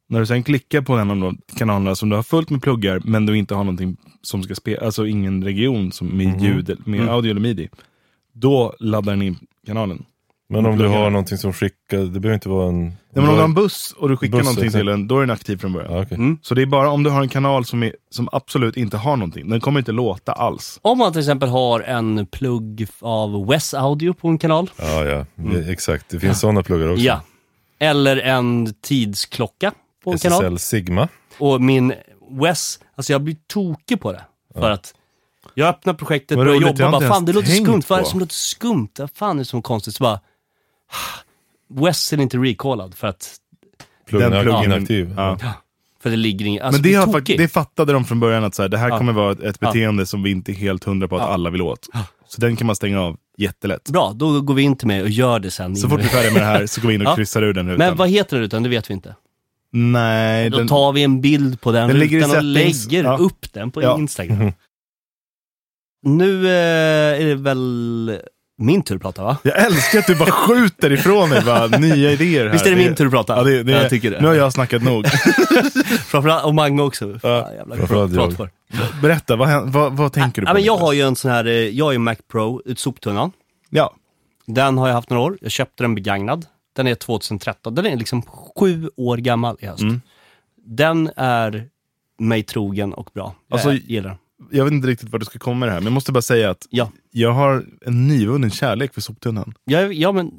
Speaker 2: När du sen klickar på en av de kanalerna som du har fullt med pluggar men du inte har någonting som ska spela, alltså ingen region som
Speaker 3: Mhm.
Speaker 2: med ljud, med
Speaker 3: Mm.
Speaker 2: audio eller midi. Då laddar den in kanalen.
Speaker 3: Men om du
Speaker 2: pluggar.
Speaker 3: har någonting som skickar, det behöver inte vara en...
Speaker 2: Nej, men om du Mm. har en buss och du skickar
Speaker 3: Buss,
Speaker 2: någonting
Speaker 3: exakt.
Speaker 2: till den, då är den aktiv från början.
Speaker 3: Ja, okej.
Speaker 2: Så det är bara om du har en kanal som, är, som absolut inte har någonting. Den kommer inte låta alls.
Speaker 1: Om man till exempel har en plugg av Wes Audio på en kanal,
Speaker 3: ja, ja.
Speaker 2: Mm.
Speaker 3: Det- exakt. Det finns sådana pluggar också.
Speaker 1: ja. eller en tidsklocka på en kanal.
Speaker 3: SSL Sigma.
Speaker 1: Och min Wes, alltså jag blir tokig på det. För att jag öppnar projektet,
Speaker 2: Vad
Speaker 1: börjar
Speaker 2: roligt,
Speaker 1: jobba
Speaker 2: jag
Speaker 1: och
Speaker 2: har
Speaker 1: bara,
Speaker 2: inte
Speaker 1: fan
Speaker 2: ens
Speaker 1: det låter
Speaker 2: tänkt
Speaker 1: skumt, vad är det
Speaker 2: på."
Speaker 1: som låter skumt? Vad fan är det som är konstigt? Så bara, "Ah, Wes är inte recallad för att,
Speaker 3: Pluggen
Speaker 2: Den
Speaker 3: är
Speaker 2: pluggen-
Speaker 3: inaktiv.
Speaker 2: Ja.
Speaker 1: för det ligger inget, alltså
Speaker 2: Men det,
Speaker 1: det är
Speaker 2: har fakt-
Speaker 1: tokig.
Speaker 2: det fattade de från början att så här, det här kommer vara ett, ett beteende som vi inte är helt hundra på att alla vill åt. Så den kan man stänga av Jättelätt.
Speaker 1: Bra, då går vi in till mig och gör det sen.
Speaker 2: Så fort vi är färdiga med det här så går vi in och
Speaker 1: [LAUGHS] Ja.
Speaker 2: kryssar ur den rutan.
Speaker 1: Men vad heter den rutan? Det vet vi inte.
Speaker 2: Nej,
Speaker 1: Då
Speaker 2: den...
Speaker 1: tar vi en bild på den,
Speaker 2: Den ligger i
Speaker 1: rutan och
Speaker 2: settings.
Speaker 1: lägger
Speaker 2: Ja.
Speaker 1: upp den på
Speaker 2: Ja. Mm-hmm.
Speaker 1: Instagram. Nu eh, är det väl min tur att prata va?
Speaker 2: Jag älskar att du bara skjuter ifrån dig
Speaker 1: [LAUGHS]
Speaker 2: bara, nya idéer här.
Speaker 1: Visst är det min tur att prata?
Speaker 2: Ja, det, det,
Speaker 1: jag tycker det.
Speaker 2: Nu har jag
Speaker 1: [LAUGHS]
Speaker 2: snackat nog.
Speaker 1: Framförallt, och Mange också. Fan, jävla
Speaker 3: framförallt jag.
Speaker 1: för.
Speaker 2: Berätta, vad, hän- vad, vad tänker du på?
Speaker 1: Ja, men jag
Speaker 2: Niklas?
Speaker 1: har ju en sån här, eh, jag är ju Mac Pro, ut soptunnan.
Speaker 2: Ja,
Speaker 1: Den har jag haft några år. Jag köpte den begagnad. Den är 2013. Den är liksom sju år gammal i höst.
Speaker 2: Mm.
Speaker 1: Den är mig trogen och bra. Jag
Speaker 2: Alltså,
Speaker 1: gillar den.
Speaker 2: jag vet inte riktigt vart du ska komma med det här, men jag måste bara säga att
Speaker 1: Ja.
Speaker 2: jag har en nyvunnen kärlek för soptunnan.
Speaker 1: Ja, ja, men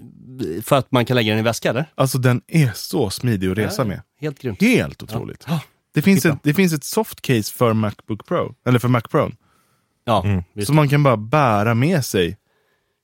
Speaker 1: för att man kan lägga den i väska eller?
Speaker 2: Alltså den är så smidig att resa med.
Speaker 1: Helt grymt.
Speaker 2: Helt otroligt.
Speaker 1: Ja.
Speaker 2: Det, finns ett, det finns ett soft case för Macbook Pro, eller för Mac Pro,
Speaker 1: Ja, visst.
Speaker 2: som man kan bara bära med sig.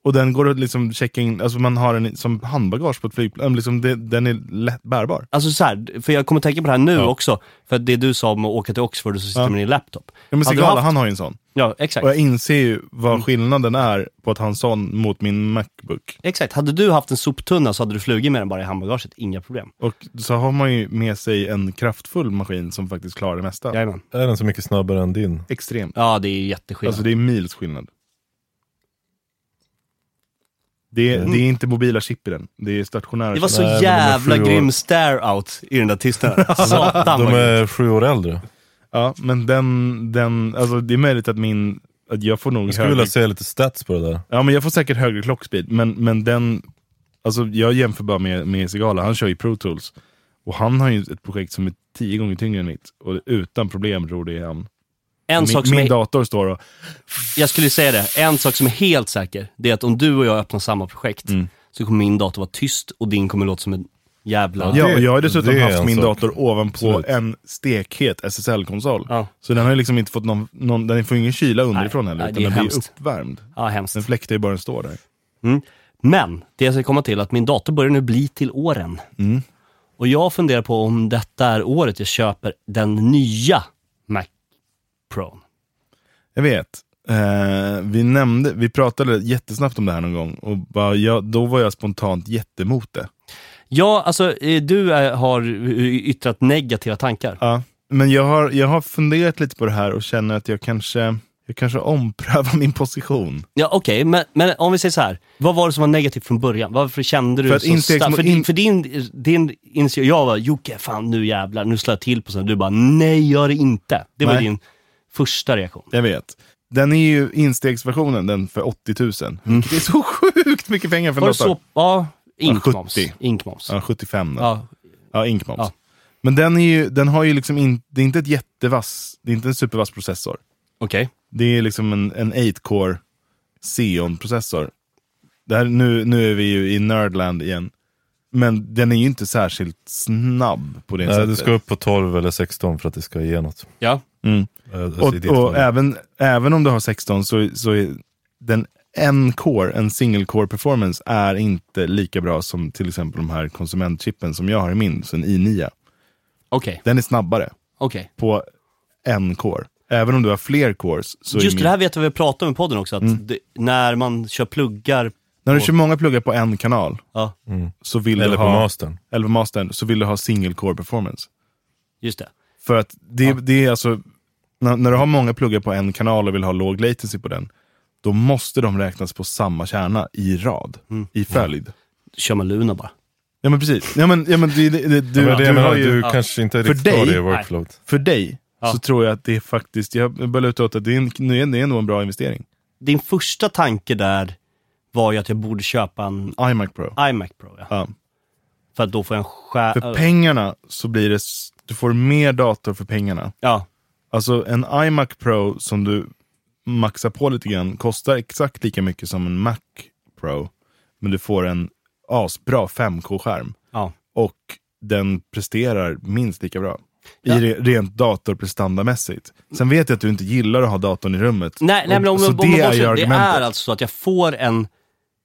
Speaker 2: Och den går att liksom checka in, alltså man har den i- som handbagage på ett flygplan, liksom det, den är lätt bärbar.
Speaker 1: Alltså så här, för jag kommer tänka på det här nu också, för att det du sa om att åka till Oxford och så sitter
Speaker 2: Ja.
Speaker 1: man i en laptop.
Speaker 2: Ja, men
Speaker 1: Hade du
Speaker 2: Segala,
Speaker 1: haft- Mm.
Speaker 2: han har ju en sån.
Speaker 1: Ja, exakt.
Speaker 2: Och jag inser ju vad skillnaden är på att ha en sån mot min Macbook.
Speaker 1: Exakt. Hade du haft en soptunna så hade du flugit med den bara i handbagaget, inga problem.
Speaker 2: Och så har man ju med sig en kraftfull maskin som faktiskt klarar det mesta.
Speaker 1: Jajamän.
Speaker 3: Är den så mycket snabbare än din?
Speaker 2: Extremt.
Speaker 1: Ja, det är jätteskillnad.
Speaker 2: Alltså det är mils skillnad. Det är, det är inte mobila chip i den, det är stationära
Speaker 1: Mm. Det var
Speaker 2: chip.
Speaker 1: så
Speaker 3: Nej, de är
Speaker 1: jävla
Speaker 3: sju år.
Speaker 1: grym stare-out i den där tystnaden. Satan
Speaker 3: De
Speaker 1: vad grymt.
Speaker 3: är sju år äldre.
Speaker 2: Ja, men den, den, alltså det är möjligt att min, att jag får nog
Speaker 3: Jag skulle
Speaker 2: högre,
Speaker 3: vilja se lite stats på det där.
Speaker 2: ja men jag får säkert högre klockspeed, men, men den, alltså jag jämför bara med, med Segala, han kör ju Pro Tools. Och han har ju ett projekt som är tio gånger tyngre än mitt, och utan problem ror det i hamn.
Speaker 1: En
Speaker 2: Min,
Speaker 1: sak som
Speaker 2: min
Speaker 1: är,
Speaker 2: dator står och,
Speaker 1: jag skulle säga det, en sak som är helt säker, det är att om du och jag öppnar samma projekt, så kommer min dator vara tyst och din kommer låta som en jävla...
Speaker 2: ja,
Speaker 3: det-
Speaker 2: och jag har dessutom
Speaker 3: det är
Speaker 2: haft
Speaker 3: en
Speaker 2: min
Speaker 3: sak.
Speaker 2: dator ovanpå
Speaker 3: Absolut.
Speaker 2: en stekhet SSL-konsol.
Speaker 1: Ja.
Speaker 2: Så den har ju liksom inte fått någon, någon den får ingen kyla underifrån
Speaker 1: Nej,
Speaker 2: heller,
Speaker 1: nej,
Speaker 2: utan
Speaker 1: det är
Speaker 2: den blir ju
Speaker 1: hemskt.
Speaker 2: uppvärmd.
Speaker 1: Ja, hemskt. Mm.
Speaker 2: Den fläktar ju bara den står där.
Speaker 1: Men, det jag ska komma till är att min dator börjar nu bli till åren. Och jag funderar på om detta är året jag köper den nya Mac Pro.
Speaker 2: Jag vet. Eh, vi nämnde, vi pratade jättesnabbt om det här någon gång och bara, jag, då var jag spontant jättemot det.
Speaker 1: Ja, alltså eh, du är, har eh, yttrat negativa tankar.
Speaker 2: Ja. Men jag har, jag har funderat lite på det här och känner att jag kanske, jag kanske omprövar [LAUGHS] min position.
Speaker 1: Ja, okej, men, men om vi säger så här. Vad var det som var negativt från början? Varför kände du
Speaker 2: För att liksom
Speaker 1: så
Speaker 2: instegs-
Speaker 1: starkt? För, din- för din, din insikt, jag var Jocke, fan nu jävlar, nu slår jag till på sånt. Du bara, nej gör det inte. Det var
Speaker 2: Nej.
Speaker 1: din första reaktion.
Speaker 2: Jag vet. Den är ju instegsversionen, den för 80 000. Det är så sjukt mycket pengar för en
Speaker 1: Mm. Var det
Speaker 2: dator.
Speaker 1: så? Ja, inkmoms.
Speaker 2: 70.
Speaker 1: Inkmoms.
Speaker 2: Ja, 75 då.
Speaker 1: Ja,
Speaker 2: Ja, inkmoms.
Speaker 1: Ja.
Speaker 2: Men den, är ju, den har ju liksom inte, det är inte ett jättevass, det är inte en supervass processor.
Speaker 1: okej.
Speaker 2: Det är liksom en, en 8-core Xeon-processor. Det här, nu, nu är vi ju i nerdland igen. Men den är ju inte särskilt snabb på det
Speaker 3: Nej,
Speaker 2: sättet.
Speaker 3: Eh, du ska upp på 12 eller 16 för att det ska ge något.
Speaker 1: Ja.
Speaker 3: Eh, Alltså, i ditt
Speaker 2: och och
Speaker 3: fall.
Speaker 2: även, även om du har 16 så, så är den en core, en single core performance, är inte lika bra som till exempel de här konsumentchippen som jag har i min, så en i9.
Speaker 1: Okej,
Speaker 2: Den är snabbare
Speaker 1: okej.
Speaker 2: på en core. Även om du har fler cores. Så är
Speaker 1: Just
Speaker 2: min- Mm.
Speaker 1: det här vet jag vi pratade om i podden också, att det, när man kör pluggar,
Speaker 2: När du kör många pluggar på en kanal
Speaker 1: ja,
Speaker 2: Mm. så vill
Speaker 3: Eller
Speaker 2: du
Speaker 3: på
Speaker 2: ha...
Speaker 3: mastern.
Speaker 2: eller på mastern, så vill du ha single core performance.
Speaker 1: just det.
Speaker 2: För att det, det är alltså, när, när du har många pluggar på en kanal och vill ha låg latency på den, då måste de räknas på samma kärna i rad,
Speaker 1: Mm.
Speaker 2: i följd.
Speaker 1: Kör man Luna bara.
Speaker 2: Ja men precis. Ja, men, ja, men, det, det, det, du,
Speaker 3: Du, ja, men det
Speaker 2: du
Speaker 3: jag menar,
Speaker 2: har ju,
Speaker 3: du kanske inte
Speaker 2: För
Speaker 3: riktigt har
Speaker 2: dig-
Speaker 3: det i workflowet.
Speaker 2: För dig
Speaker 1: Ja.
Speaker 2: så tror jag att det är faktiskt, jag börjar luta åt att det är, en, nu är- det är nog en bra investering.
Speaker 1: Din första tanke där var ju att jag borde köpa en
Speaker 2: iMac Pro.
Speaker 1: iMac Pro, ja.
Speaker 2: Ja.
Speaker 1: För att då får jag en skär...
Speaker 2: För pengarna så blir det, s- du får mer dator för pengarna.
Speaker 1: Ja,
Speaker 2: Alltså en iMac Pro som du maxar på lite grann kostar exakt lika mycket som en Mac Pro. Men du får en asbra 5K-skärm
Speaker 1: ja.
Speaker 2: och den presterar minst lika bra.
Speaker 1: Ja.
Speaker 2: I re, rent datorprestandamässigt. Sen vet jag att du inte gillar att ha datorn i rummet.
Speaker 1: Nej, nej
Speaker 2: Och-
Speaker 1: men om,
Speaker 2: så
Speaker 1: om,
Speaker 2: det
Speaker 1: om man
Speaker 2: är
Speaker 1: bortser-
Speaker 2: ju
Speaker 1: det
Speaker 2: argumentet.
Speaker 1: är alltså så att jag får en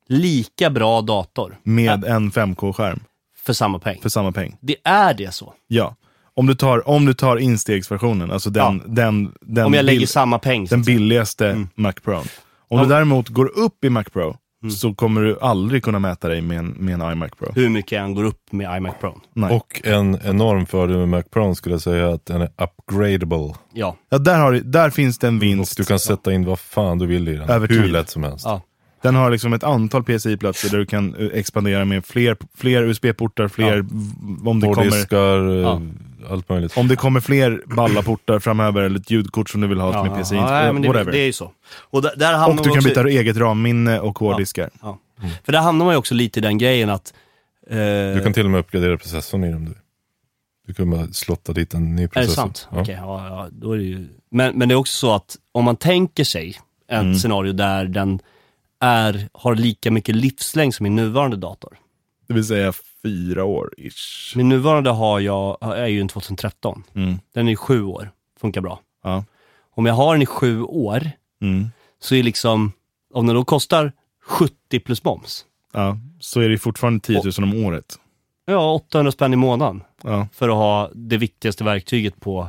Speaker 1: lika bra dator
Speaker 2: Med en 5K-skärm
Speaker 1: för samma peng.
Speaker 2: för samma peng.
Speaker 1: Det är det så.
Speaker 2: Ja. Om du tar, om du tar instegsversionen, alltså den, den, den
Speaker 1: Om jag lägger
Speaker 2: bild-
Speaker 1: samma peng. så
Speaker 2: den
Speaker 1: att säga.
Speaker 2: billigaste Mac Pro. Om du däremot går upp i Mac Pro så kommer du aldrig kunna mäta dig med en, med en iMac Pro.
Speaker 1: Hur mycket han går upp med iMac Pro.
Speaker 2: Nej.
Speaker 3: Och en enorm fördel med Mac Pro skulle jag säga är att den är upgradable.
Speaker 1: Ja,
Speaker 2: Ja, där, har, du- där finns det en
Speaker 3: Och
Speaker 2: vinst.
Speaker 3: du kan sätta in vad fan du vill i den.
Speaker 2: Över
Speaker 3: Hur
Speaker 2: tid.
Speaker 3: lätt som helst.
Speaker 1: ja.
Speaker 2: Den har liksom ett antal PCI-platser där du kan eh, expandera med fler, fler USB-portar, fler, v- om, det kommer,
Speaker 3: Hårddiskar, eh,
Speaker 1: Ja.
Speaker 3: allt möjligt.
Speaker 2: om det kommer fler balla portar framöver, eller ett ljudkort som du vill ha
Speaker 1: ja.
Speaker 2: som är PCI,
Speaker 1: ja,
Speaker 2: eh,
Speaker 1: men det,
Speaker 2: whatever.
Speaker 1: det är ju så. Och där, där hamnar
Speaker 2: och
Speaker 1: man
Speaker 2: du kan
Speaker 1: också,
Speaker 2: byta eget ramminne och hårddiskar.
Speaker 1: Ja. För där hamnar man ju också lite i den grejen att... eh,
Speaker 3: Du kan till och med uppgradera processorn i den. Du, du kan bara slotta dit en ny
Speaker 1: Är det
Speaker 3: processor.
Speaker 1: sant?
Speaker 3: Ja.
Speaker 1: Okej, ja, ja, då är det ju... men, men det är också så att om man tänker sig ett
Speaker 2: Mm.
Speaker 1: scenario där den är, har lika mycket livslängd som min nuvarande dator.
Speaker 2: Det vill säga fyra år ish.
Speaker 1: Min nuvarande har jag, är ju en 2013.
Speaker 2: Mm.
Speaker 1: Den är ju sju år, funkar bra.
Speaker 2: Ja.
Speaker 1: Om jag har den i sju år,
Speaker 2: Mm.
Speaker 1: så är liksom, om den då kostar 70 plus moms,
Speaker 2: ja, så är det fortfarande 10 000 om året.
Speaker 1: ja 800 spänn i månaden
Speaker 2: Ja,
Speaker 1: för att ha det viktigaste verktyget på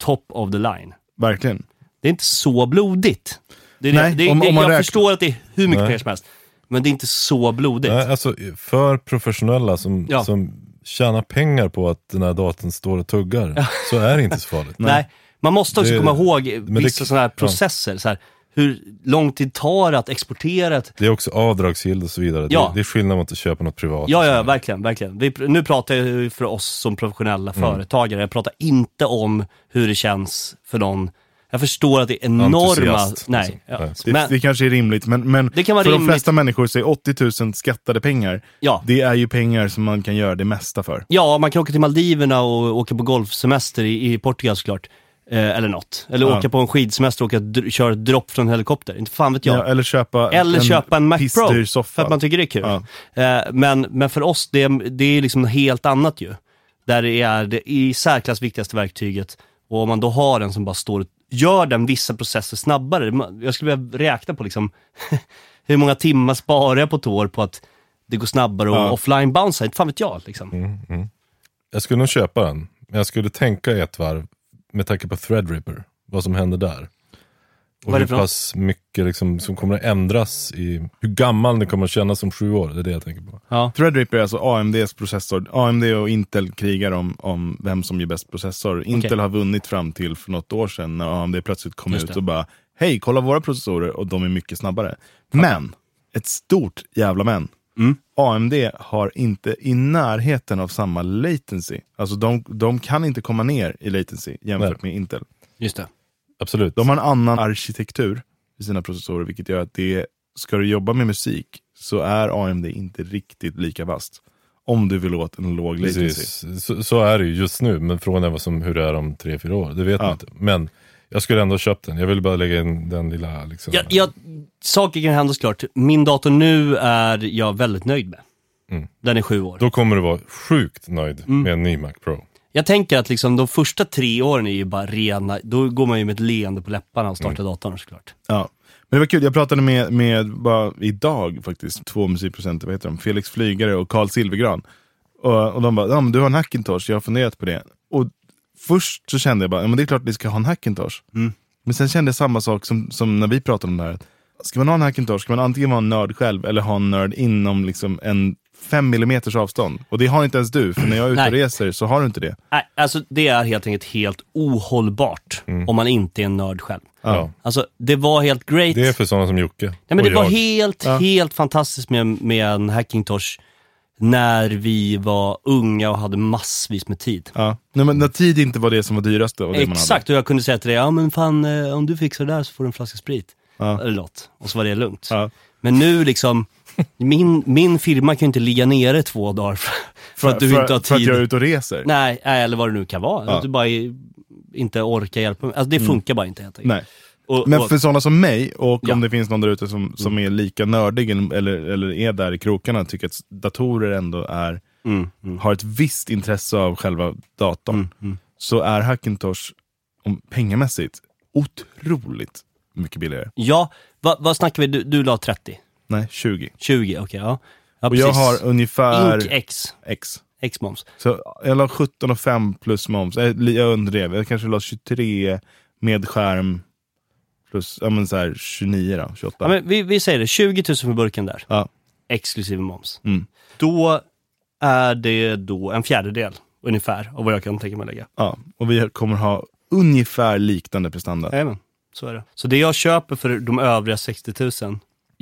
Speaker 1: top of the line.
Speaker 2: verkligen.
Speaker 1: Det är inte så blodigt. Det är,
Speaker 2: Nej,
Speaker 1: det,
Speaker 2: om-
Speaker 1: det,
Speaker 2: om man
Speaker 1: jag
Speaker 2: räknar-
Speaker 1: förstår att det är hur mycket
Speaker 3: Nej.
Speaker 1: pengar som helst, men det är inte så blodigt.
Speaker 3: Nej, alltså, för professionella som,
Speaker 1: Ja.
Speaker 3: som tjänar pengar på att den här datorn står och tuggar, så är det inte så farligt.
Speaker 1: [LAUGHS] Nej, man måste också
Speaker 3: Det-
Speaker 1: komma ihåg
Speaker 3: det-
Speaker 1: vissa sådana här
Speaker 3: ja.
Speaker 1: processer. Så här, hur lång tid tar det att exportera ett...
Speaker 3: Det är också avdragsgillt och så vidare.
Speaker 1: Ja.
Speaker 3: Det, det är skillnad mot att köpa något privat.
Speaker 1: Ja, ja, ja, verkligen. verkligen. Vi, pr- nu pratar jag ju för oss som professionella företagare. Jag pratar inte om hur det känns för någon. Jag förstår att det är enorma...
Speaker 3: Entusiast, liksom.
Speaker 1: Nej.
Speaker 3: Nej.
Speaker 1: Ja.
Speaker 2: Det,
Speaker 1: Men,
Speaker 2: det kanske är rimligt, men, men
Speaker 1: Det kan vara
Speaker 2: för de
Speaker 1: rimligt.
Speaker 2: flesta människor så är 80 000 skattade pengar,
Speaker 1: ja.
Speaker 2: det är ju pengar som man kan göra det mesta för.
Speaker 1: ja, man kan åka till Maldiverna och åka på golfsemester i, i Portugal såklart. Eh, eller något. Eller
Speaker 2: Ja.
Speaker 1: åka på en skidsemester och åka, dr- köra ett dropp från en helikopter. Inte fan vet jag.
Speaker 2: Ja, eller köpa
Speaker 1: Eller köpa en Mac Pro,
Speaker 2: pissdyr
Speaker 1: för
Speaker 2: soffa.
Speaker 1: att man tycker det är kul. Eh, men, men för oss, det, det är liksom något helt annat ju. Där det är det i särklass viktigaste verktyget. Och om man då har den som bara står och gör den vissa processer snabbare. Man- Jag skulle vilja räkna på liksom, [LAUGHS] hur många timmar sparar jag på ett år på att det går snabbare och
Speaker 2: Ja. Mm.
Speaker 1: offline bounce, inte fan vet jag. Liksom.
Speaker 3: Jag skulle nog köpa den, men jag skulle tänka ett varv med tanke på Threadripper, vad som händer där. Och
Speaker 1: Vad är det
Speaker 3: hur
Speaker 1: för något?
Speaker 3: pass mycket liksom, som kommer att ändras i hur gammal den kommer att kännas om sju år. Det är det jag tänker på.
Speaker 1: Ja.
Speaker 2: Threadripper är alltså AMDs processor. AMD och Intel krigar om, om vem som ger bäst processor. Intel har vunnit fram till för något år sedan när AMD plötsligt kom
Speaker 1: Just
Speaker 2: ut
Speaker 1: det.
Speaker 2: och bara, hej, kolla våra processorer och de är mycket snabbare. Men, ett stort jävla men.
Speaker 1: Mm.
Speaker 2: AMD har inte i närheten av samma latency. Alltså de, de kan inte komma ner i latency jämfört med Intel.
Speaker 1: Just det.
Speaker 3: Absolut.
Speaker 2: De har en annan arkitektur i sina processorer, vilket gör att det, ska du jobba med musik så är AMD inte riktigt lika vast. Om du vill åt en låg latency.
Speaker 3: Precis. Så, så är det ju just nu, men frågan är vad som, hur det är om tre, fyra år. Det vet
Speaker 2: Ja.
Speaker 3: man inte. Men jag skulle ändå ha köpt den. Jag vill bara lägga in den lilla... Liksom,
Speaker 1: Jag, jag, saker kan hända såklart. Min dator nu är jag väldigt nöjd med.
Speaker 3: Mm.
Speaker 1: Den är sju år.
Speaker 3: Då kommer du vara sjukt nöjd
Speaker 1: Mm.
Speaker 3: med en ny Mac Pro.
Speaker 1: Jag tänker att liksom de första tre åren är ju bara rena, då går man ju med ett leende på läpparna och
Speaker 3: Mm.
Speaker 1: startar datorn såklart.
Speaker 2: Ja. Men det var kul, jag pratade med, med bara idag faktiskt, två musikproducenter, vad heter de? Felix Flygare och Carl Silvergran. Och, och de bara, ja, men du har en Hackintosh, jag har funderat på det. Och först så kände jag bara, ja, men det är klart att vi ska ha en Hackintosh.
Speaker 1: Mm.
Speaker 2: Men sen kände jag samma sak som, som när vi pratade om det här. Ska man ha en Hackintosh, ska man antingen vara en nörd själv eller ha en nörd inom liksom en fem millimeters avstånd. Och det har inte ens du, för när jag är ute och
Speaker 1: Nej.
Speaker 2: reser så har du inte det.
Speaker 1: Nej, alltså det är helt enkelt helt ohållbart om man inte är en nörd själv.
Speaker 3: Mm. Ja.
Speaker 1: Alltså det var helt great.
Speaker 3: Det är för sådana som Jocke
Speaker 1: Nej, men det
Speaker 3: och
Speaker 1: var
Speaker 3: jag.
Speaker 1: helt,
Speaker 2: Ja.
Speaker 1: helt fantastiskt med, med en Hackintosh när vi var unga och hade massvis med tid.
Speaker 2: Ja. Nej, men när tid inte var det som var dyrast av det man hade.
Speaker 1: Exakt, och jag kunde säga till dig, ja men fan eh, om du fixar det där så får du en flaska sprit.
Speaker 2: Ja.
Speaker 1: Eller något. Och så var det lugnt.
Speaker 2: Ja.
Speaker 1: Men nu liksom, min, min firma kan ju inte ligga nere två dagar för, för att du inte har
Speaker 2: För att
Speaker 1: tid.
Speaker 2: jag är ute och reser.
Speaker 1: Nej, nej, eller vad det nu kan vara.
Speaker 2: Ja. Mm.
Speaker 1: Att du bara i- inte orkar hjälpa mig. Alltså det funkar bara inte helt enkelt.
Speaker 2: Nej.
Speaker 1: Och,
Speaker 2: Men
Speaker 1: och,
Speaker 2: för sådana som mig, och
Speaker 1: Ja. Mm.
Speaker 2: om det finns någon där ute som, som är lika nördig eller, eller är där i krokarna, tycker att datorer ändå är,
Speaker 1: Mm,
Speaker 2: har ett visst intresse av själva datorn,
Speaker 1: mm.
Speaker 2: så är Hackintosh om, pengamässigt otroligt mycket billigare.
Speaker 1: Ja, vad, vad snackar vi? Du, du la 30?
Speaker 2: Nej, 20.
Speaker 1: 20, okej ja. ja.
Speaker 2: Och jag
Speaker 1: precis.
Speaker 2: har ungefär
Speaker 1: Ink X,
Speaker 2: X.
Speaker 1: X-moms.
Speaker 2: Så jag la 17,5 plus moms. Eh, li- Jag underdrev, jag kanske la 23 med skärm Plus, ja men så här 29 då, 28.
Speaker 1: Ja, men vi, vi säger det, 20 000 för burken där.
Speaker 2: Ja.
Speaker 1: Exklusive moms.
Speaker 2: Mm.
Speaker 1: Då är det då en fjärdedel ungefär av vad jag kan tänka mig lägga.
Speaker 2: Ja, och vi kommer ha ungefär liknande prestanda.
Speaker 1: Jajamän, så är det. Så det jag köper för de övriga 60 000,
Speaker 3: Det är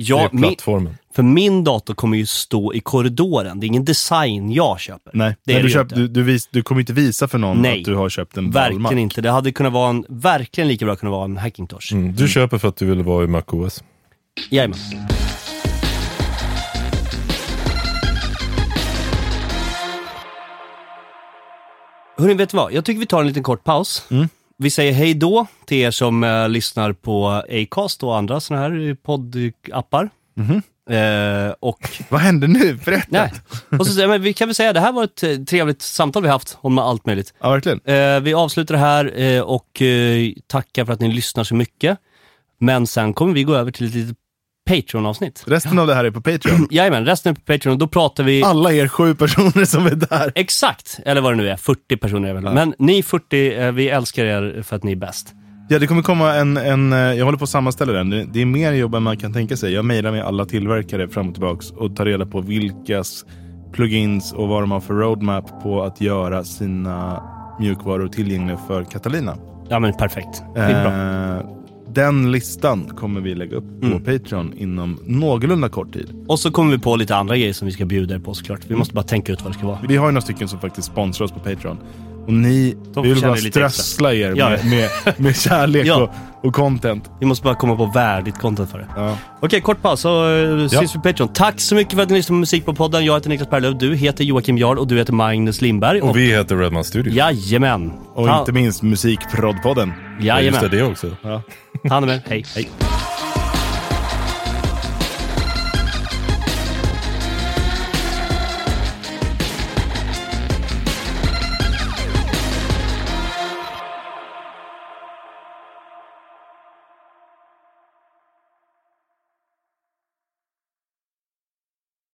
Speaker 1: jag, min,
Speaker 3: plattformen.
Speaker 1: för min dator kommer ju stå i korridoren. Det är ingen design jag köper.
Speaker 2: Nej,
Speaker 1: det
Speaker 2: men
Speaker 1: är
Speaker 2: du,
Speaker 1: det ju
Speaker 2: köpt,
Speaker 1: inte.
Speaker 2: du, du, vis, du kommer inte visa för någon
Speaker 1: Nej.
Speaker 2: att du har köpt en
Speaker 1: Verkligen
Speaker 2: Valma.
Speaker 1: inte. Det hade kunnat vara en, verkligen lika bra kunnat vara en Hackintosh.
Speaker 3: Mm. Du köper för att du vill vara i MacOS.
Speaker 1: Jajamän. Hörni, vet du vad? Jag tycker vi tar en liten kort paus. Vi säger hej då till er som eh, lyssnar på Acast och andra sådana här eh, poddappar. Eh, och,
Speaker 2: [LAUGHS] Vad hände nu? Berätta!
Speaker 1: nej. och så, säger- men vi kan väl säga, det här var ett eh, trevligt samtal vi haft om allt möjligt.
Speaker 2: Ja, verkligen.
Speaker 1: Eh, vi avslutar här eh, och eh, tackar för att ni lyssnar så mycket. Men sen kommer vi gå över till ett litet Patreon-avsnitt.
Speaker 2: Resten av det här är
Speaker 1: [CLEARS THROAT]
Speaker 2: på Patreon.
Speaker 1: Jajamän, resten är på Patreon och då pratar vi
Speaker 2: Alla er sju personer som är där.
Speaker 1: exakt, eller vad det nu är, 40 personer är väl. Men ni 40, eh, vi älskar er för att ni är bäst.
Speaker 2: Ja, det kommer komma en, en eh, jag håller på att sammanställa den. Det- Det är mer jobb än man kan tänka sig. Jag mejlar med alla tillverkare fram och tillbaks och tar reda på vilkas plugins och vad de har för roadmap på att göra sina mjukvaror tillgängliga för Catalina.
Speaker 1: Ja men perfekt, skitbra.
Speaker 2: Eh, Den listan kommer vi lägga upp på
Speaker 1: Mm.
Speaker 2: Patreon inom någorlunda kort tid.
Speaker 1: Och så kommer vi på lite andra grejer som vi ska bjuda er på såklart. Vi måste bara tänka ut vad det ska vara.
Speaker 2: Vi har ju några stycken som faktiskt sponsrar oss på Patreon. Och ni,
Speaker 1: De
Speaker 2: vi vill
Speaker 1: förtjänar
Speaker 2: bara
Speaker 1: ju lite extra.
Speaker 2: strössla er
Speaker 1: Ja.
Speaker 2: med, med, med
Speaker 1: [LAUGHS]
Speaker 2: kärlek
Speaker 1: Ja.
Speaker 2: och, och content.
Speaker 1: Vi måste bara komma på värdigt content för det.
Speaker 2: Ja.
Speaker 1: Okej, kort paus så eh, syns vi på Patreon. Tack så mycket för att ni lyssnade på Musik på podden. Jag heter Niklas Perlöv, du heter Joakim Jarl och du heter Magnus Lindberg.
Speaker 3: Och vi heter Redman Studio.
Speaker 1: Jajamän.
Speaker 2: Och
Speaker 1: Ta-
Speaker 2: inte minst musikproddpodden.
Speaker 3: Ja, just det,
Speaker 1: Jajamän.
Speaker 3: det också.
Speaker 1: Ta hand om er. Hej. Hej.